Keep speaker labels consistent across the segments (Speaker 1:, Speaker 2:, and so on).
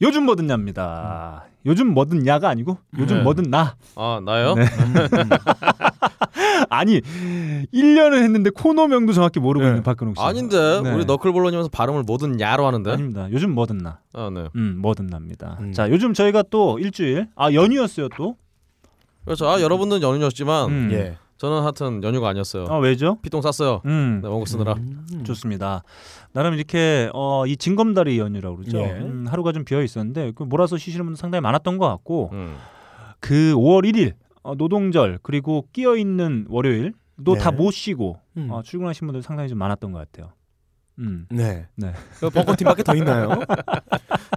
Speaker 1: 요즘 뭐든 냐입니다. 요즘 뭐든 야가 아니고 요즘
Speaker 2: 네.
Speaker 1: 뭐든 나.
Speaker 2: 아 나요?
Speaker 1: 네. 아니 1년을 했는데 코너명도 정확히 모르고
Speaker 3: 네.
Speaker 1: 있는 박근홍 씨.
Speaker 2: 아닌데
Speaker 1: 네.
Speaker 2: 우리 너클볼러님에서 발음을 뭐든 야로 하는데.
Speaker 1: 아닙니다. 요즘 뭐든 나.
Speaker 2: 아 네.
Speaker 1: 음, 뭐든 납니다.
Speaker 3: 음.
Speaker 1: 자, 요즘 저희가 또 일주일 아 연휴였어요 또.
Speaker 2: 그렇죠. 아 여러분은 연휴였지만
Speaker 1: 음.
Speaker 3: 예.
Speaker 2: 저는 하여튼 연휴가 아니었어요.
Speaker 1: 아 왜죠?
Speaker 2: 피똥 쌌어요.
Speaker 1: 음.
Speaker 2: 네, 원고 쓰느라.
Speaker 1: 좋습니다. 나름 이렇게 어, 이 징검다리 연휴라고 그러죠.
Speaker 3: 예.
Speaker 1: 음, 하루가 좀 비어 있었는데 그 몰아서 쉬시는 분들 상당히 많았던 것 같고
Speaker 2: 음.
Speaker 1: 그 5월 1일 어, 노동절 그리고 끼어 있는 월요일도
Speaker 3: 네.
Speaker 1: 다 못 쉬고
Speaker 3: 음.
Speaker 1: 어, 출근하신 분들 상당히 좀 많았던 것 같아요. 음.
Speaker 3: 네.
Speaker 1: 네.
Speaker 3: 그 벙커팀밖에 더 있나요?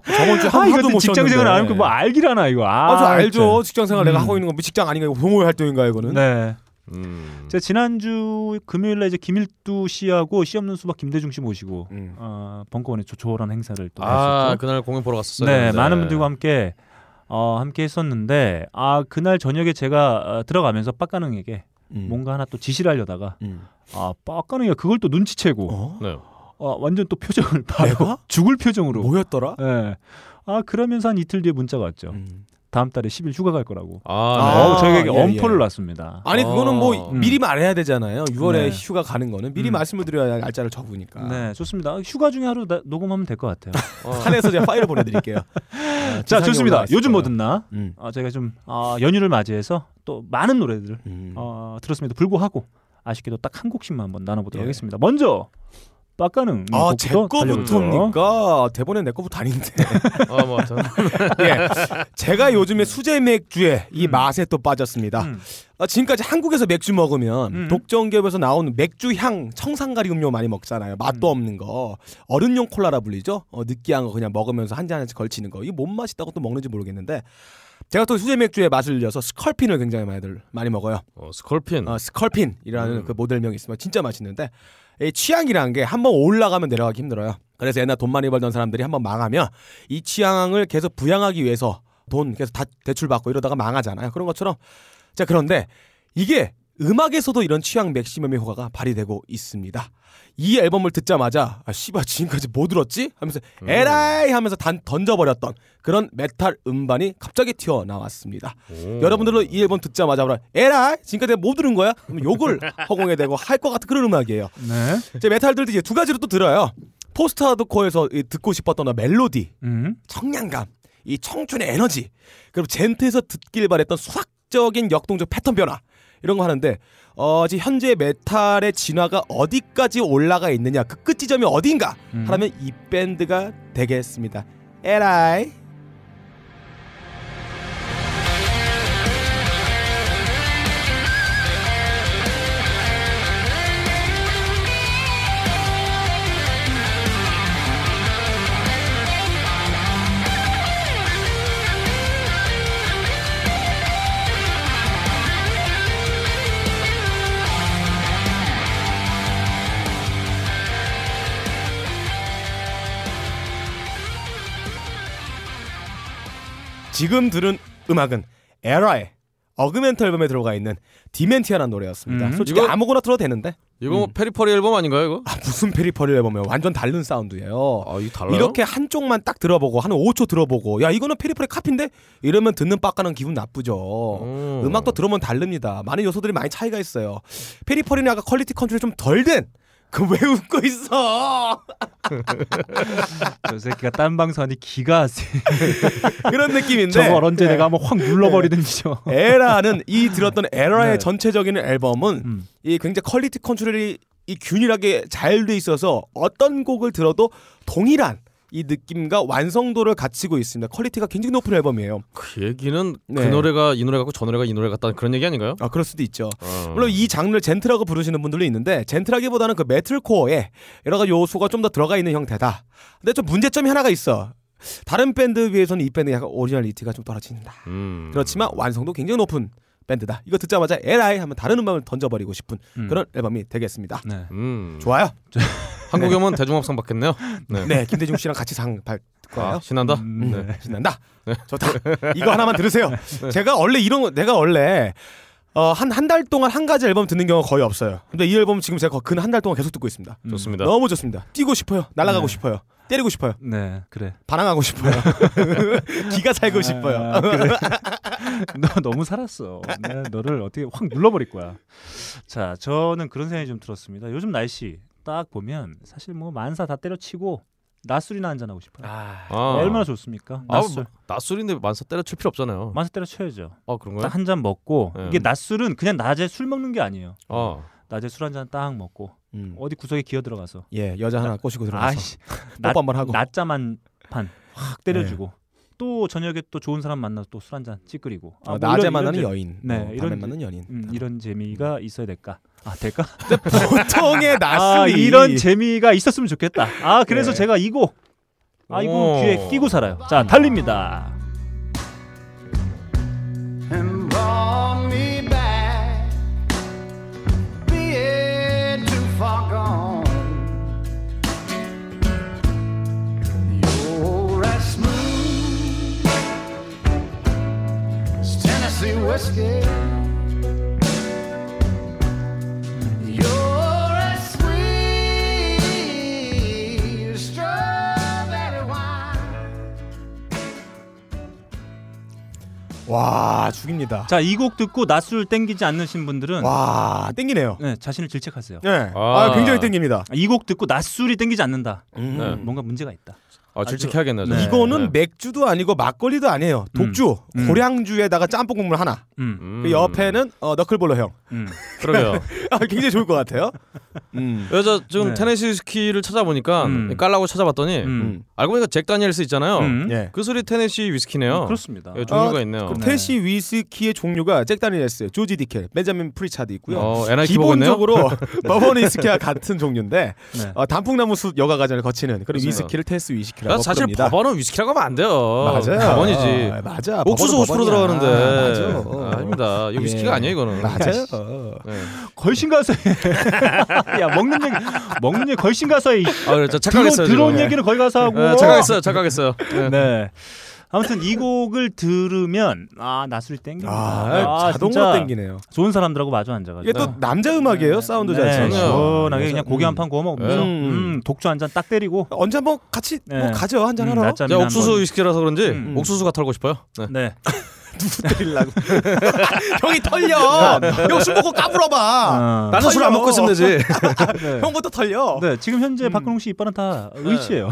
Speaker 3: 저번 주에
Speaker 1: 아
Speaker 3: 한
Speaker 1: 이거
Speaker 3: 하도 못 네.
Speaker 1: 직장생활 안 하면 뭐 알기라나 이거. 아,
Speaker 3: 그 아저 알죠. 직장생활 내가
Speaker 1: 음.
Speaker 3: 하고 있는 건 뭐 직장 아닌가 이거 동호회 활동인가 이거는.
Speaker 1: 네.
Speaker 2: 음.
Speaker 1: 제가 지난주 금요일에 이제 김일두 씨하고 씨 없는 수박 김대중 씨 모시고
Speaker 3: 음.
Speaker 1: 어, 벙커원의 조촐한 행사를 또
Speaker 2: 아
Speaker 1: 했었죠.
Speaker 2: 그날 공연 보러 갔었어요.
Speaker 1: 네, 많은 분들과 함께 어, 함께 했었는데 아 그날 저녁에 제가 어, 들어가면서 빡가능에게
Speaker 3: 음.
Speaker 1: 뭔가 하나 또 지시를 하려다가
Speaker 3: 음.
Speaker 1: 아 빡가능이가 그걸 또 눈치채고
Speaker 3: 어?
Speaker 2: 네.
Speaker 1: 어, 완전 또 표정을 바로
Speaker 3: 내가?
Speaker 1: 죽을 표정으로.
Speaker 3: 뭐였더라?
Speaker 1: 네. 아 그러면서 한 이틀 뒤에 문자가 왔죠.
Speaker 3: 음.
Speaker 1: 다음 달에 10일 휴가 갈 거라고.
Speaker 2: 아, 네.
Speaker 1: 어우, 저에게
Speaker 3: 예, 예.
Speaker 1: 엄포를 놨습니다.
Speaker 3: 아니 그거는 뭐
Speaker 2: 어.
Speaker 3: 미리 말해야 되잖아요. 6월에
Speaker 1: 네.
Speaker 3: 휴가 가는 거는 미리
Speaker 1: 음.
Speaker 3: 말씀을 드려야 날짜를 적으니까.
Speaker 1: 네, 좋습니다. 휴가 중에 하루 나- 녹음하면 될 것 같아요.
Speaker 2: 어.
Speaker 3: 산에서 제가 파일을 보내드릴게요. 아,
Speaker 1: 자
Speaker 3: 지상에
Speaker 1: 좋습니다.
Speaker 3: 올라와 있을
Speaker 1: 요즘
Speaker 3: 거예요.
Speaker 1: 뭐 듣나?
Speaker 3: 음.
Speaker 1: 어, 저희가 좀 어, 연휴를 맞이해서 또 많은 노래들을
Speaker 3: 음.
Speaker 1: 어, 들었음에도 불구하고 아쉽게도 딱 한 곡씩만 한번 나눠보도록
Speaker 3: 예.
Speaker 1: 하겠습니다. 먼저 빡가는
Speaker 3: 아, 제
Speaker 2: 달려보죠.
Speaker 3: 거부터입니까? 대본에 내 거부터 아닌데.
Speaker 2: 어, 뭐 하여튼.
Speaker 3: 예. 제가 요즘에 수제 맥주에 이
Speaker 1: 음.
Speaker 3: 맛에 또 빠졌습니다.
Speaker 1: 음.
Speaker 3: 아, 지금까지 한국에서 맥주 먹으면
Speaker 1: 음.
Speaker 3: 독점기업에서 나온 맥주 향 청산가리 음료 많이 먹잖아요. 맛도
Speaker 1: 음.
Speaker 3: 없는 거. 어른용 콜라라 불리죠. 어, 느끼한 거 그냥 먹으면서 한 잔 한 잔씩 걸치는 거. 이게 뭔 맛있다고 또 먹는지 모르겠는데 제가 또 수제 맥주의 맛을 이어서 스컬핀을 굉장히 많이들 많이 먹어요.
Speaker 2: 어, 스콜핀.
Speaker 1: 아,
Speaker 3: 어, 스컬핀이라는
Speaker 2: 음.
Speaker 3: 그 모델명이 있으면 진짜 맛있는데 이 취향이라는 게 한번 올라가면 내려가기 힘들어요. 그래서 옛날 돈 많이 벌던 사람들이 한번 망하면 이 취향을 계속 부양하기 위해서 돈 계속 다 대출받고 이러다가 망하잖아요. 그런 것처럼 자 그런데 이게 음악에서도 이런 취향 맥시멈의 효과가 발휘되고 있습니다. 이 앨범을 듣자마자 아 씨발 지금까지 뭐 들었지? 하면서
Speaker 2: 음.
Speaker 3: 에라이 하면서 단 던져버렸던 그런 메탈 음반이 갑자기 튀어나왔습니다.
Speaker 2: 오.
Speaker 3: 여러분들도 이 앨범 듣자마자 바로 에라 지금까지 내가 뭐 들은 거야? 그럼 욕을 허공에 대고 할 것 같은 그런 음악이에요.
Speaker 1: 네.
Speaker 3: 제 메탈들도 이제 두 가지로 또 들어요. 포스트 하드코어에서 이 듣고 싶었던 멜로디,
Speaker 1: 음.
Speaker 3: 청량감, 이 청춘의 에너지, 그리고 젠트에서 듣길 바랬던 수학적인 역동적 패턴 변화 이런 거 하는데 어, 지금 현재 메탈의 진화가 어디까지 올라가 있느냐, 그 끝지점이 어딘가
Speaker 1: 음.
Speaker 3: 하라면 이 밴드가 되겠습니다. 에라이. 지금 들은 음악은 에라의 어그멘트 앨범에 들어가 있는 디멘티아라는 노래였습니다.
Speaker 1: 음.
Speaker 3: 솔직히
Speaker 2: 이거-
Speaker 3: 아무거나 들어도 되는데
Speaker 2: 이거 뭐 페리퍼리 앨범 아닌가요 이거?
Speaker 3: 아, 무슨 페리퍼리 앨범이에요. 완전 다른 사운드예요.
Speaker 2: 아 이거 달라요?
Speaker 3: 이렇게 한쪽만 딱 들어보고 한 5초 들어보고 야 이거는 페리퍼리 카피인데 이러면 듣는 빡가는 기분 나쁘죠.
Speaker 2: 오.
Speaker 3: 음악도 들으면 다릅니다. 많은 요소들이 많이 차이가 있어요. 페리퍼리는 아까 퀄리티 컨트롤 좀 덜 된 그 왜 웃고 있어?
Speaker 1: 저 새끼가 딴 방송하니 기가 세.
Speaker 3: 이런 느낌인데.
Speaker 1: 저걸 언제
Speaker 3: 네.
Speaker 1: 내가 한번 확 눌러버리든지 저.
Speaker 3: 에라는 이 들었던 에라의
Speaker 1: 네.
Speaker 3: 전체적인 앨범은
Speaker 1: 음.
Speaker 3: 이 굉장히 퀄리티 컨트롤이 이 균일하게 잘 돼 있어서 어떤 곡을 들어도 동일한 이 느낌과 완성도를 갖추고 있습니다. 퀄리티가 굉장히 높은 앨범이에요.
Speaker 2: 그 얘기는 그
Speaker 3: 네.
Speaker 2: 노래가 이 노래 같고 저 노래가 이 노래 같다 그런 얘기 아닌가요?
Speaker 3: 아 그럴 수도 있죠.
Speaker 2: 어.
Speaker 3: 물론 이 장르를 젠틀하고 부르시는 분들도 있는데 젠틀하기보다는 그 메틀코어에 여러 가지 요소가 좀 더 들어가 있는 형태다. 근데 좀 문제점이 하나가 있어. 다른 밴드 비해서는 이 밴드 약간 오리지널리티가 좀 떨어진다.
Speaker 2: 음.
Speaker 3: 그렇지만 완성도 굉장히 높은 밴드다. 이거 듣자마자 LI 하면 다른 음악을 던져버리고 싶은
Speaker 1: 음.
Speaker 3: 그런 앨범이 되겠습니다.
Speaker 1: 네.
Speaker 2: 음.
Speaker 3: 좋아요.
Speaker 2: 한국에 오면 대중합상 받겠네요. 네.
Speaker 3: 네, 김대중 씨랑 같이 상 받고요.
Speaker 2: 아, 신난다.
Speaker 1: 음, 네.
Speaker 3: 신난다. 좋다. 이거 하나만 들으세요.
Speaker 2: 네.
Speaker 3: 제가 원래 이런 거 내가 원래 어, 한 한 달 동안 한 가지 앨범 듣는 경우가 거의 없어요. 근데 이 앨범 지금 제가 근 한 달 동안 계속 듣고 있습니다.
Speaker 1: 음.
Speaker 2: 좋습니다.
Speaker 3: 너무 좋습니다. 뛰고 싶어요. 날아가고
Speaker 1: 네.
Speaker 3: 싶어요. 때리고 싶어요.
Speaker 1: 네, 그래.
Speaker 3: 반항하고 싶어요. 기가 살고 싶어요.
Speaker 1: 아, 그래. 너 너무 살았어. 내가 너를 어떻게 확 눌러버릴 거야. 자, 저는 그런 생각이 좀 들었습니다. 요즘 날씨 딱 보면 사실 뭐 만사 다 때려치고 낮술이나 한잔 하고 싶어요. 네,
Speaker 2: 아.
Speaker 1: 얼마나 좋습니까?
Speaker 2: 아,
Speaker 1: 낮술.
Speaker 2: 낮술인데 만사 때려칠 필요
Speaker 3: 뭐.
Speaker 2: 없잖아요.
Speaker 1: 만사 때려쳐야죠.
Speaker 2: 아 그런가요?
Speaker 1: 딱 한 잔 먹고
Speaker 2: 네.
Speaker 1: 이게 낮술은 그냥 낮에 술 먹는 게 아니에요.
Speaker 2: 아
Speaker 1: 낮에 술 한 잔 딱 먹고
Speaker 3: 음.
Speaker 1: 어디 구석에 기어 들어가서
Speaker 3: 예, 여자 하나 꼬시고 들어가서
Speaker 1: 아이씨 낮-
Speaker 3: 뽀뽀 한번 하고.
Speaker 1: 낮잠 한판 확 때려주고
Speaker 3: 네.
Speaker 1: 또 저녁에 또 좋은 사람 만나서 또 술 한잔 찌끄리고
Speaker 3: 어,
Speaker 1: 뭐
Speaker 3: 낮에
Speaker 1: 이런-
Speaker 3: 만나는
Speaker 1: 이런
Speaker 3: 여인,
Speaker 1: 네,
Speaker 3: 어, 밤에
Speaker 1: 이런-
Speaker 3: 만나는 연인.
Speaker 1: 음, 이런 재미가 있어야 될까? 아 될까?
Speaker 3: 보통의
Speaker 1: 아
Speaker 3: 낮술이
Speaker 1: 이런 재미가 있었으면 좋겠다. 아 그래서
Speaker 3: 네.
Speaker 1: 제가 이곡 아 이곡
Speaker 2: 오.
Speaker 1: 귀에 끼고 살아요. 자 달립니다.
Speaker 4: and brought me back, be it too far gone. You're as smooth as Tennessee whiskey. You're as sweet as strawberry wine.
Speaker 3: 와 죽입니다.
Speaker 1: 자 이 곡 듣고 낮술 땡기지 않으신 분들은
Speaker 3: 와 땡기네요.
Speaker 1: 네, 자신을 질책하세요.
Speaker 3: 예, 아,
Speaker 2: 아.
Speaker 3: 굉장히 땡깁니다.
Speaker 1: 이 곡 듣고 낮술이 땡기지 않는다.
Speaker 3: 음.
Speaker 2: 네.
Speaker 1: 뭔가 문제가 있다.
Speaker 2: 아, 질책해야겠네요.
Speaker 1: 네.
Speaker 3: 이거는 맥주도 아니고 막걸리도 아니에요. 독주,
Speaker 1: 음.
Speaker 3: 고량주에다가 짬뽕 국물 하나.
Speaker 1: 음,
Speaker 3: 그 옆에는 어, 너클볼러 형.
Speaker 1: 음.
Speaker 2: 그러게요.
Speaker 3: 아, 굉장히 좋을 것 같아요. 음.
Speaker 2: 여자 지금
Speaker 1: 네.
Speaker 2: 테네시 스키를 찾아보니까 네,
Speaker 1: 음.
Speaker 2: 깔라고 찾아봤더니
Speaker 1: 음.
Speaker 2: 알고 보니까 잭 다니엘스 있잖아요.
Speaker 1: 음.
Speaker 3: 예.
Speaker 2: 그 술이 테네시 위스키네요.
Speaker 1: 그렇습니다.
Speaker 2: 예, 종류가
Speaker 3: 아,
Speaker 2: 있네요.
Speaker 3: 그럼
Speaker 1: 네.
Speaker 3: 테시 위스키의 종류가 잭 다니엘스, 조지 디켈, 벤자민 프리차드 있고요.
Speaker 2: 어, NIK 보고 있네요.
Speaker 3: 기본적으로 버번이 위스키와 같은 종류인데
Speaker 1: 네.
Speaker 3: 어, 단풍나무 숲 여가 과정을 거치는 그런
Speaker 2: 그렇죠.
Speaker 3: 위스키를 테스 위스키라고
Speaker 2: 나 아, 사실
Speaker 3: 부릅니다.
Speaker 2: 버번은 위스키라고 하면 안 돼요.
Speaker 3: 맞아요.
Speaker 2: 버번이지.
Speaker 3: 아, 맞아.
Speaker 2: 옥수수 50%
Speaker 3: 버번은 버번이야.
Speaker 2: 들어가는데.
Speaker 3: 맞아.
Speaker 2: 아, 아닙니다. 이거
Speaker 3: 예.
Speaker 2: 위스키가 아니에요, 이거는.
Speaker 3: 맞아요.
Speaker 2: 네.
Speaker 1: 걸신가서 야 먹는 얘기 먹는 얘기 걸신가서
Speaker 2: 아, 그래, 저
Speaker 1: 드론
Speaker 2: 착각했어요.
Speaker 1: 드론
Speaker 2: 지금.
Speaker 1: 얘기는 거기 가서 하고
Speaker 2: 예, 착각했어요. 착각했어요. 예.
Speaker 1: 네. 아무튼 이 곡을 들으면 아 나술이 땡깁니다.
Speaker 3: 아, 자동으로
Speaker 1: 진짜
Speaker 3: 땡기네요.
Speaker 1: 좋은 사람들하고 마주 앉아가지고
Speaker 3: 이게
Speaker 2: 네.
Speaker 3: 또 남자 음악이에요. 사운드
Speaker 1: 네,
Speaker 3: 자체가.
Speaker 1: 시원하게
Speaker 3: 그래서,
Speaker 1: 그냥 고기
Speaker 3: 음.
Speaker 1: 한 판 구워 먹으면서
Speaker 3: 음.
Speaker 1: 음, 독주 한 잔 딱 때리고
Speaker 3: 언제 한번 같이 뭐
Speaker 1: 네.
Speaker 3: 가죠 한잔
Speaker 1: 음,
Speaker 3: 하러.
Speaker 1: 낮잠
Speaker 2: 제가 옥수수 위스키라서 그런지
Speaker 1: 음.
Speaker 2: 옥수수가 털고 싶어요. 네.
Speaker 1: 네.
Speaker 3: 아. 누구 때리려고. 형이 털려.
Speaker 2: 네.
Speaker 3: 형술 먹고 까불어봐.
Speaker 1: 아.
Speaker 2: 나는 술 안
Speaker 3: 털려.
Speaker 2: 먹고 있으면 되지.
Speaker 1: 네.
Speaker 3: 형부터 털려.
Speaker 1: 네, 지금 현재
Speaker 3: 음.
Speaker 1: 박근홍 씨 이빨은 다
Speaker 3: 네.
Speaker 1: 의치예요.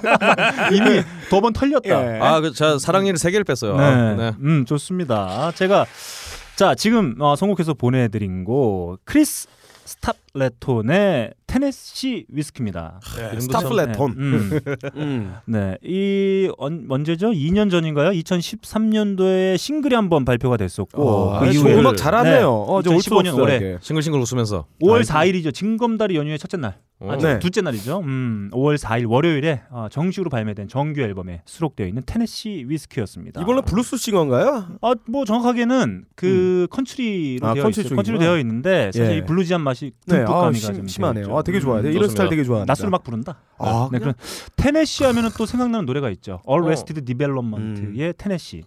Speaker 1: 이미 두 번 털렸다.
Speaker 3: 예.
Speaker 2: 아, 그, 제가 사랑니를 세 개를 뺐어요.
Speaker 1: 네.
Speaker 2: 아, 네.
Speaker 1: 음, 좋습니다. 제가 자, 지금 어, 선곡해서 보내 드린 곡 크리스 스탑레톤의 테네시 위스키입니다.
Speaker 3: 예,
Speaker 2: 이름도
Speaker 3: 스타플레톤.
Speaker 1: 음,
Speaker 3: 음.
Speaker 1: 네. 이 언, 언제죠? 2년 전인가요? 2013년도에 싱글이 한번 발표가 됐었고
Speaker 3: 어,
Speaker 1: 그
Speaker 3: 아, 저
Speaker 1: 이후에
Speaker 3: 음악 잘하네요.
Speaker 1: 네.
Speaker 3: 어, 저 올수
Speaker 1: 2015년
Speaker 3: 없어요.
Speaker 1: 올해.
Speaker 3: 이게.
Speaker 2: 네. 싱글싱글 웃으면서.
Speaker 1: 5월 4일이죠. 네, 징검다리 연휴의 첫째 날.
Speaker 2: 어.
Speaker 1: 아,
Speaker 3: 네.
Speaker 1: 둘째 날이죠. 음, 5월 4일 월요일에 어, 정식으로 발매된 정규 앨범에 수록되어 있는 테네시 위스키였습니다.
Speaker 3: 이걸로 블루스 싱어인가요?
Speaker 1: 아, 뭐 정확하게는 그 컨트리로
Speaker 3: 아,
Speaker 1: 되어
Speaker 3: 컨트리
Speaker 1: 있어요.
Speaker 3: 쪽이구나.
Speaker 1: 컨트리로 되어 있는데 사실
Speaker 3: 예.
Speaker 1: 이 블루지한 맛이
Speaker 3: 네,
Speaker 1: 듬뿍
Speaker 3: 아,
Speaker 1: 가미가
Speaker 3: 심,
Speaker 1: 좀
Speaker 3: 심하네요.
Speaker 1: 되어
Speaker 3: 아,
Speaker 1: 있죠.
Speaker 3: 되게 좋아요.
Speaker 2: 음,
Speaker 3: 이런
Speaker 2: 좋습니다.
Speaker 3: 스타일 되게 좋아하는데.
Speaker 1: 낮술 막 부른다.
Speaker 3: 아, 어.
Speaker 1: 네, 그런 테네시 하면은 또 생각나는 노래가 있죠. Arrested
Speaker 3: 음.
Speaker 1: Development의 테네시.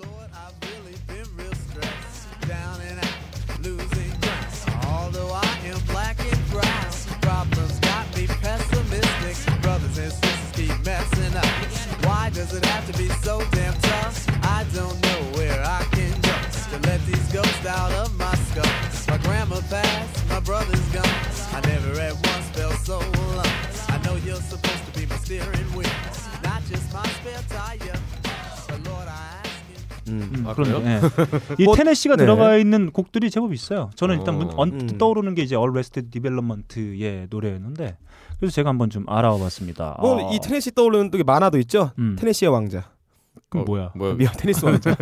Speaker 4: Lord, I've really been real stressed, down and out, losing ground. Although I am black and brown, problems got me pessimistic. Brothers and sisters keep messing up. Why does it have to be so damn tough? I don't know where I can go to let these ghosts out of my skull. My grandma passed, my brother's gone. I never at once felt so alone. I know you're supposed to be my steering wheel, not just my spare tire. But Lord, I ask you.
Speaker 1: 음,
Speaker 2: 아,
Speaker 1: 그런데 예. 이
Speaker 3: 뭐,
Speaker 1: 테네시가
Speaker 3: 네.
Speaker 1: 들어가 있는 곡들이 제법 있어요. 저는 일단 문,
Speaker 2: 어.
Speaker 1: 언뜻
Speaker 3: 음.
Speaker 1: 떠오르는 게 이제 Arrested Development의 노래였는데 그래서 제가 한번 좀 알아봤습니다.
Speaker 3: 어, 뭐이
Speaker 1: 아,
Speaker 3: 테네시 떠오르는 또 만화도 있죠.
Speaker 1: 음.
Speaker 3: 테네시의 왕자.
Speaker 1: 그럼 뭐야?
Speaker 2: 뭐야?
Speaker 3: 미안 테니스 왕자.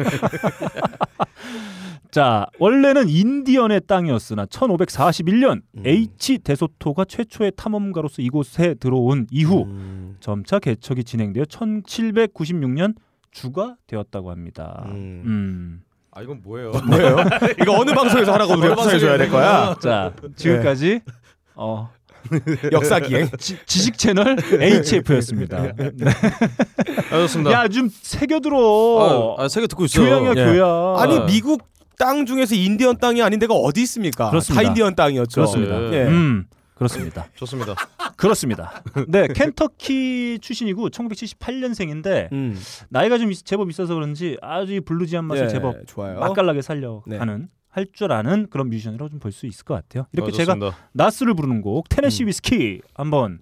Speaker 1: 자, 원래는 인디언의 땅이었으나 1541년
Speaker 3: 음.
Speaker 1: H 데소토가 최초의 탐험가로서 이곳에 들어온 이후
Speaker 3: 음.
Speaker 1: 점차 개척이 진행되어 1796년 주가 되었다고 합니다.
Speaker 3: 음.
Speaker 1: 음.
Speaker 2: 아, 이건 뭐예요?
Speaker 3: 뭐예요? 이거 어느 방송에서 하라고 우리가
Speaker 2: 어느
Speaker 3: 추천해 줘야 될 거야.
Speaker 1: 자, 지금까지
Speaker 3: 네.
Speaker 1: 어,
Speaker 3: 역사 기행.
Speaker 1: 지, 지식 채널 HF였습니다.
Speaker 2: 네. 아, 좋습니다.
Speaker 1: 야, 좀 새겨 들어.
Speaker 2: 아, 아, 세개 듣고 있어요.
Speaker 1: 교양이야,
Speaker 2: 예.
Speaker 1: 교양.
Speaker 3: 아니 미국 땅 중에서 인디언 땅이 아닌 데가 어디 있습니까?
Speaker 1: 그렇습니다.
Speaker 3: 다 인디언 땅이었죠.
Speaker 1: 그렇습니다.
Speaker 3: 예.
Speaker 1: 음. 그렇습니다.
Speaker 2: 좋습니다.
Speaker 1: 그렇습니다. 네, 켄터키 출신이고 1978년생인데
Speaker 3: 음.
Speaker 1: 나이가 좀 있- 제법 있어서 그런지 아주 이 블루지한 맛을
Speaker 3: 예,
Speaker 1: 제법
Speaker 2: 어?
Speaker 3: 좋아요.
Speaker 1: 맛깔나게
Speaker 3: 네.
Speaker 1: 살려가는 할 줄 아는 그런 뮤지션이라고 좀 볼 수 있을 것 같아요. 이렇게
Speaker 2: 아,
Speaker 1: 제가
Speaker 2: 좋습니다. 음.
Speaker 1: 나스를 부르는 곡 테네시 위스키 한번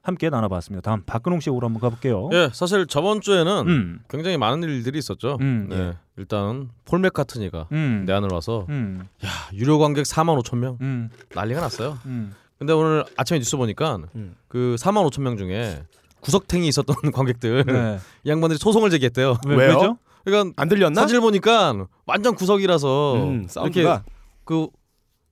Speaker 1: 함께 나눠봤습니다. 다음 박근홍 씨 오로 한번 가볼게요.
Speaker 2: 예, 사실 저번 주에는
Speaker 1: 어? 음,
Speaker 2: 굉장히 많은 일들이 있었죠.
Speaker 1: 음,
Speaker 2: 네. 일단 폴 맥카트니가
Speaker 1: 음,
Speaker 2: 내안을 와서
Speaker 1: 음,
Speaker 2: 야, 유료 관객 4만 5천 명
Speaker 1: 음,
Speaker 2: 난리가 났어요.
Speaker 1: 음.
Speaker 2: 근데 오늘 아침에 뉴스 보니까
Speaker 3: 음.
Speaker 2: 그 4만 5천 명 중에 구석탱이 있었던 관객들
Speaker 1: 네. 음.
Speaker 2: 이 양반들이 소송을 제기했대요.
Speaker 1: 왜,
Speaker 3: 왜요?
Speaker 1: 왜죠?
Speaker 2: 그러니까
Speaker 3: 안 들렸나?
Speaker 2: 사진을 보니까 완전 뭐 구석이라서
Speaker 3: 음,
Speaker 2: 이렇게
Speaker 3: 사운드가.
Speaker 2: 그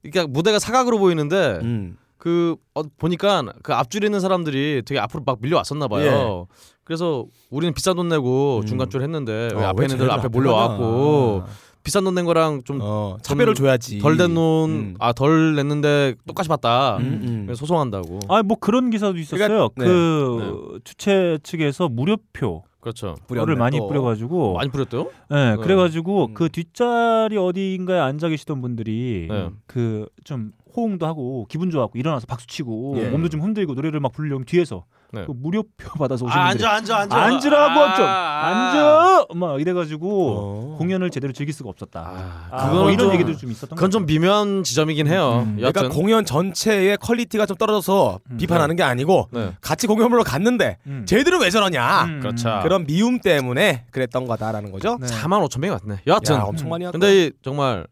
Speaker 2: 그러니까 무대가 사각으로 보이는데
Speaker 3: 음.
Speaker 2: 그 어, 보니까 그 앞줄에 있는 사람들이 되게 앞으로 막 밀려왔었나 봐요. 그래서 우리는 비싼 돈 내고
Speaker 3: 음.
Speaker 2: 중간 줄 했는데 왜
Speaker 3: 어,
Speaker 2: 앞에
Speaker 3: 왜
Speaker 2: 있는 애들
Speaker 3: 쟤네들
Speaker 2: 앞에
Speaker 3: 앞에
Speaker 2: 몰려왔고
Speaker 3: 가나?
Speaker 2: 비싼 돈 낸 거랑 좀
Speaker 3: 어, 차별을 줘야지.
Speaker 2: 음, 덜 낸돈아덜
Speaker 3: 음.
Speaker 2: 냈는데 똑같이 봤다.
Speaker 3: 음, 음.
Speaker 2: 그래서 소송한다고.
Speaker 1: 아, 뭐 그런 기사도 있었어요. 그
Speaker 2: 그러니까,
Speaker 3: 네.
Speaker 1: 주최 측에서 무료표
Speaker 2: 그렇죠.
Speaker 1: 를 많이 뿌려가지고,
Speaker 2: 어, 많이 뿌렸대요?
Speaker 1: 예,
Speaker 2: 네.
Speaker 1: 그래가지고
Speaker 3: 음.
Speaker 1: 그 뒷자리 어디인가에 앉아 계시던 분들이
Speaker 2: 네.
Speaker 1: 그 좀 호응도 하고 기분 좋아하고 일어나서 박수 치고
Speaker 3: 예.
Speaker 1: 몸도 좀 흔들고 노래를 막 부르려면 뒤에서
Speaker 2: 네.
Speaker 1: 그 무료표 받아서 오신
Speaker 2: 아,
Speaker 1: 분들
Speaker 2: 앉아 앉아 앉아.
Speaker 1: 앉으라고
Speaker 2: 아,
Speaker 1: 좀
Speaker 2: 아.
Speaker 1: 앉아 막 이래가지고
Speaker 3: 어.
Speaker 1: 공연을 제대로 즐길 수가 없었다.
Speaker 2: 아,
Speaker 1: 아,
Speaker 2: 그거는
Speaker 1: 뭐 이런
Speaker 2: 좀-
Speaker 1: 얘기도 좀 있었던
Speaker 2: 그건
Speaker 1: 것
Speaker 2: 좀 미묘한 지점이긴 해요.
Speaker 1: 음.
Speaker 2: 여하튼
Speaker 3: 그러니까 공연 전체의 퀄리티가 좀 떨어져서
Speaker 1: 음.
Speaker 3: 비판하는 게 아니고
Speaker 2: 네.
Speaker 3: 같이 공연 보러 갔는데
Speaker 1: 같아요. 음.
Speaker 3: 쟤들은 왜 저러냐
Speaker 1: 음.
Speaker 2: 그렇죠.
Speaker 3: 그런 미움 때문에 그랬던 거다라는 거죠.
Speaker 1: 네.
Speaker 2: 4만 5천 명이 왔네. 여하튼
Speaker 3: 야, 엄청 많이 왔다.
Speaker 2: 근데 이 정말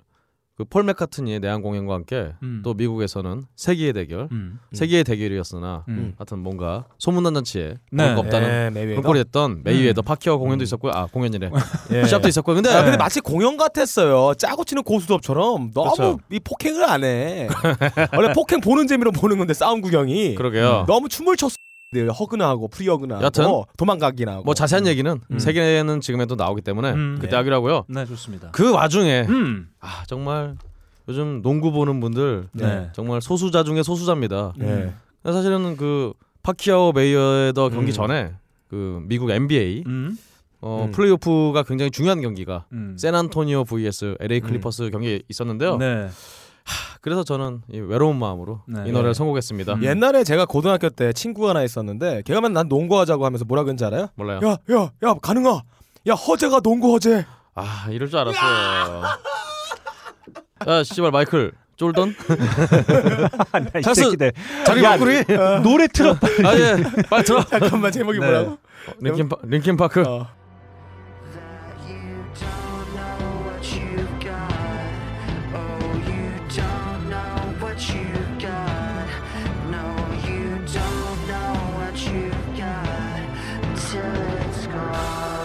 Speaker 2: 그 폴 맥카트니의 내한 공연과 함께
Speaker 1: 음.
Speaker 2: 또 미국에서는 세기의 대결,
Speaker 1: 음.
Speaker 2: 세기의 대결이었으나
Speaker 1: 음.
Speaker 2: 하여튼 뭔가 소문난 잔치에
Speaker 1: 네. 음.
Speaker 2: 그런 거 없다는
Speaker 3: 예, 매위에도.
Speaker 2: 그걸했던 메이웨더 파키어 공연도 있었고요. 아 공연이래.
Speaker 1: 네.
Speaker 3: 예.
Speaker 2: 시합도 있었고요. 근데
Speaker 3: 야, 근데 마치 공연 같았어요. 짜고 치는 고수톱처럼 너무
Speaker 2: 그렇죠.
Speaker 3: 이 폭행을 안 해. 원래 폭행 보는 재미로 보는 건데 싸움 구경이 음.
Speaker 2: 그러게요.
Speaker 3: 너무 춤을 췄어. 허그나하고 프리허그나하고
Speaker 2: 여하튼
Speaker 3: 도망가기나 하고.
Speaker 2: 뭐 자세한 얘기는
Speaker 1: 음.
Speaker 2: 세계는 지금에 또 나오기 때문에
Speaker 1: 음.
Speaker 2: 그때 하기로 하고요.
Speaker 1: 네 좋습니다.
Speaker 2: 그 와중에
Speaker 1: 음.
Speaker 2: 아 정말 요즘 농구 보는 분들
Speaker 1: 네.
Speaker 2: 정말 소수자 중에 소수자입니다.
Speaker 3: 예.
Speaker 2: 음. 사실은 그 파키아오 메이어더 경기
Speaker 3: 음.
Speaker 2: 전에 그 미국 NBA
Speaker 1: 음.
Speaker 2: 어,
Speaker 3: 음.
Speaker 2: 플레이오프가 굉장히 중요한 경기가
Speaker 1: 음.
Speaker 2: 샌안토니오 vs LA 클리퍼스 경기 있었는데요.
Speaker 1: 네.
Speaker 2: 그래서 저는 이 외로운 마음으로
Speaker 1: 네.
Speaker 2: 이 노래를
Speaker 1: 네.
Speaker 2: 선곡했습니다.
Speaker 1: 음.
Speaker 3: 옛날에 제가 고등학교 때 친구가 하나 있었는데 걔가 맨날 난 농구하자고 하면서 뭐라 그랬는지 알아요?
Speaker 2: 몰라요.
Speaker 3: 야, 야, 야, 가능아. 야, 허재가 농구 허재.
Speaker 2: 아 이럴 줄 알았어요. 아 씨발 마이클 졸던
Speaker 1: 아, 나이
Speaker 2: 자스-
Speaker 1: 새끼들.
Speaker 2: 자리
Speaker 1: 야,
Speaker 2: 바꾸리.
Speaker 1: 노래 틀어.
Speaker 2: 음. 아예 빨리 들어.
Speaker 3: 잠깐만 제목이
Speaker 2: 네.
Speaker 3: 뭐라고?
Speaker 2: 링킨 파, 링킨 파크.
Speaker 3: 어.
Speaker 5: That you don't know what you've got. Oh, you don't know what you've got. No, you don't know what you've got till it's gone.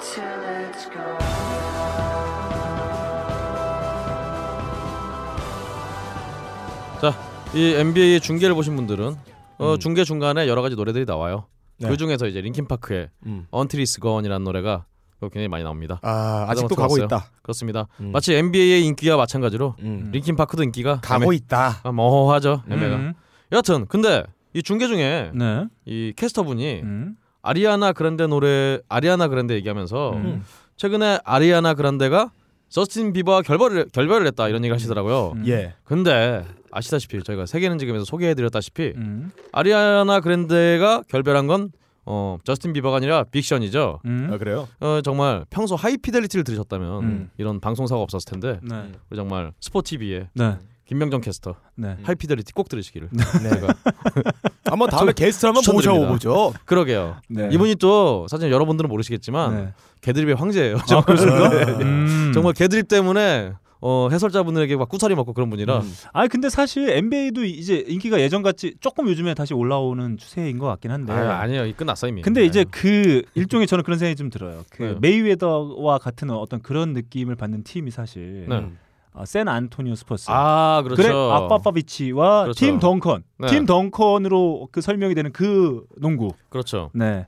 Speaker 5: Till it's gone.
Speaker 2: 이 NBA 중계를 보신 분들은 어, 중계 중간에 여러 가지 노래들이 나와요.
Speaker 3: 음. 네.
Speaker 2: 그 중에서 이제 링킨 파크의
Speaker 3: 음.
Speaker 2: 언트리스 건이라는 노래가 굉장히 많이 나옵니다.
Speaker 3: 아, 아직도
Speaker 2: 그나마
Speaker 3: 가고
Speaker 2: 들어왔어요.
Speaker 3: 있다.
Speaker 2: 그렇습니다.
Speaker 3: 음.
Speaker 2: 마치 NBA의 인기와 마찬가지로
Speaker 3: 음.
Speaker 2: 링킨 파크도 인기가
Speaker 3: 가고 있다.
Speaker 2: 아, 모호하죠. 애매가.
Speaker 1: 음.
Speaker 2: 여하튼 근데 이 중계
Speaker 3: 음.
Speaker 2: 중에
Speaker 1: 네.
Speaker 2: 이 캐스터분이
Speaker 1: 음.
Speaker 2: 아리아나 그란데 노래 아리아나 그란데 얘기하면서
Speaker 1: 음.
Speaker 2: 최근에 아리아나 그란데가 저스틴 비버와 결별을 결별을 했다 이런 얘기를 하시더라고요.
Speaker 1: 음.
Speaker 3: 예.
Speaker 2: 근데 아시다시피 저희가 세계는 지금에서 소개해드렸다시피
Speaker 1: 음.
Speaker 2: 아리아나 그란데가 결별한 건 어, 저스틴 비버가 아니라 빅션이죠.
Speaker 1: 음.
Speaker 3: 아, 그래요?
Speaker 2: 어, 정말 평소 하이피델리티를 들으셨다면
Speaker 1: 음.
Speaker 2: 이런 방송사가 없었을 텐데
Speaker 1: 네.
Speaker 2: 우리 정말 스포티비의
Speaker 1: 네.
Speaker 2: 김명정 캐스터
Speaker 1: 네.
Speaker 2: 하이피델리티 꼭 들으시기를
Speaker 3: 네. 한번 다음에 게스트 한번
Speaker 2: 추천드립니다.
Speaker 3: 모셔보죠.
Speaker 2: 그러게요.
Speaker 1: 네.
Speaker 2: 이분이 또 사실 여러분들은 모르시겠지만
Speaker 1: 네.
Speaker 2: 개드립의 황제예요.
Speaker 1: 아, 그렇습니까? 음.
Speaker 2: 네. 정말 개드립 때문에 어, 해설자분들에게 막 꾸사리 맞고 그런 분이라
Speaker 1: 아 근데 사실 NBA도 이제 인기가 예전 같이 조금 요즘에 다시 올라오는 추세인 것 같긴 한데.
Speaker 2: 아, 니에요 끝났어
Speaker 1: 네.
Speaker 2: 이미. 네.
Speaker 1: 근데 이제
Speaker 2: 아유.
Speaker 1: 그 일종의 저는 그런 생각이 좀 들어요. 그
Speaker 2: 네.
Speaker 1: 메이웨더와 같은 어떤 그런 느낌을 받는 팀이 사실
Speaker 2: 네.
Speaker 1: 아, 샌 안토니오 스퍼스.
Speaker 2: 아 그렇죠.
Speaker 1: 그래 아빠파비치와
Speaker 2: 그렇죠.
Speaker 1: 팀 덩컨,
Speaker 2: 네.
Speaker 1: 팀 덩컨으로 그 설명이 되는 그 농구.
Speaker 2: 그렇죠.
Speaker 1: 네,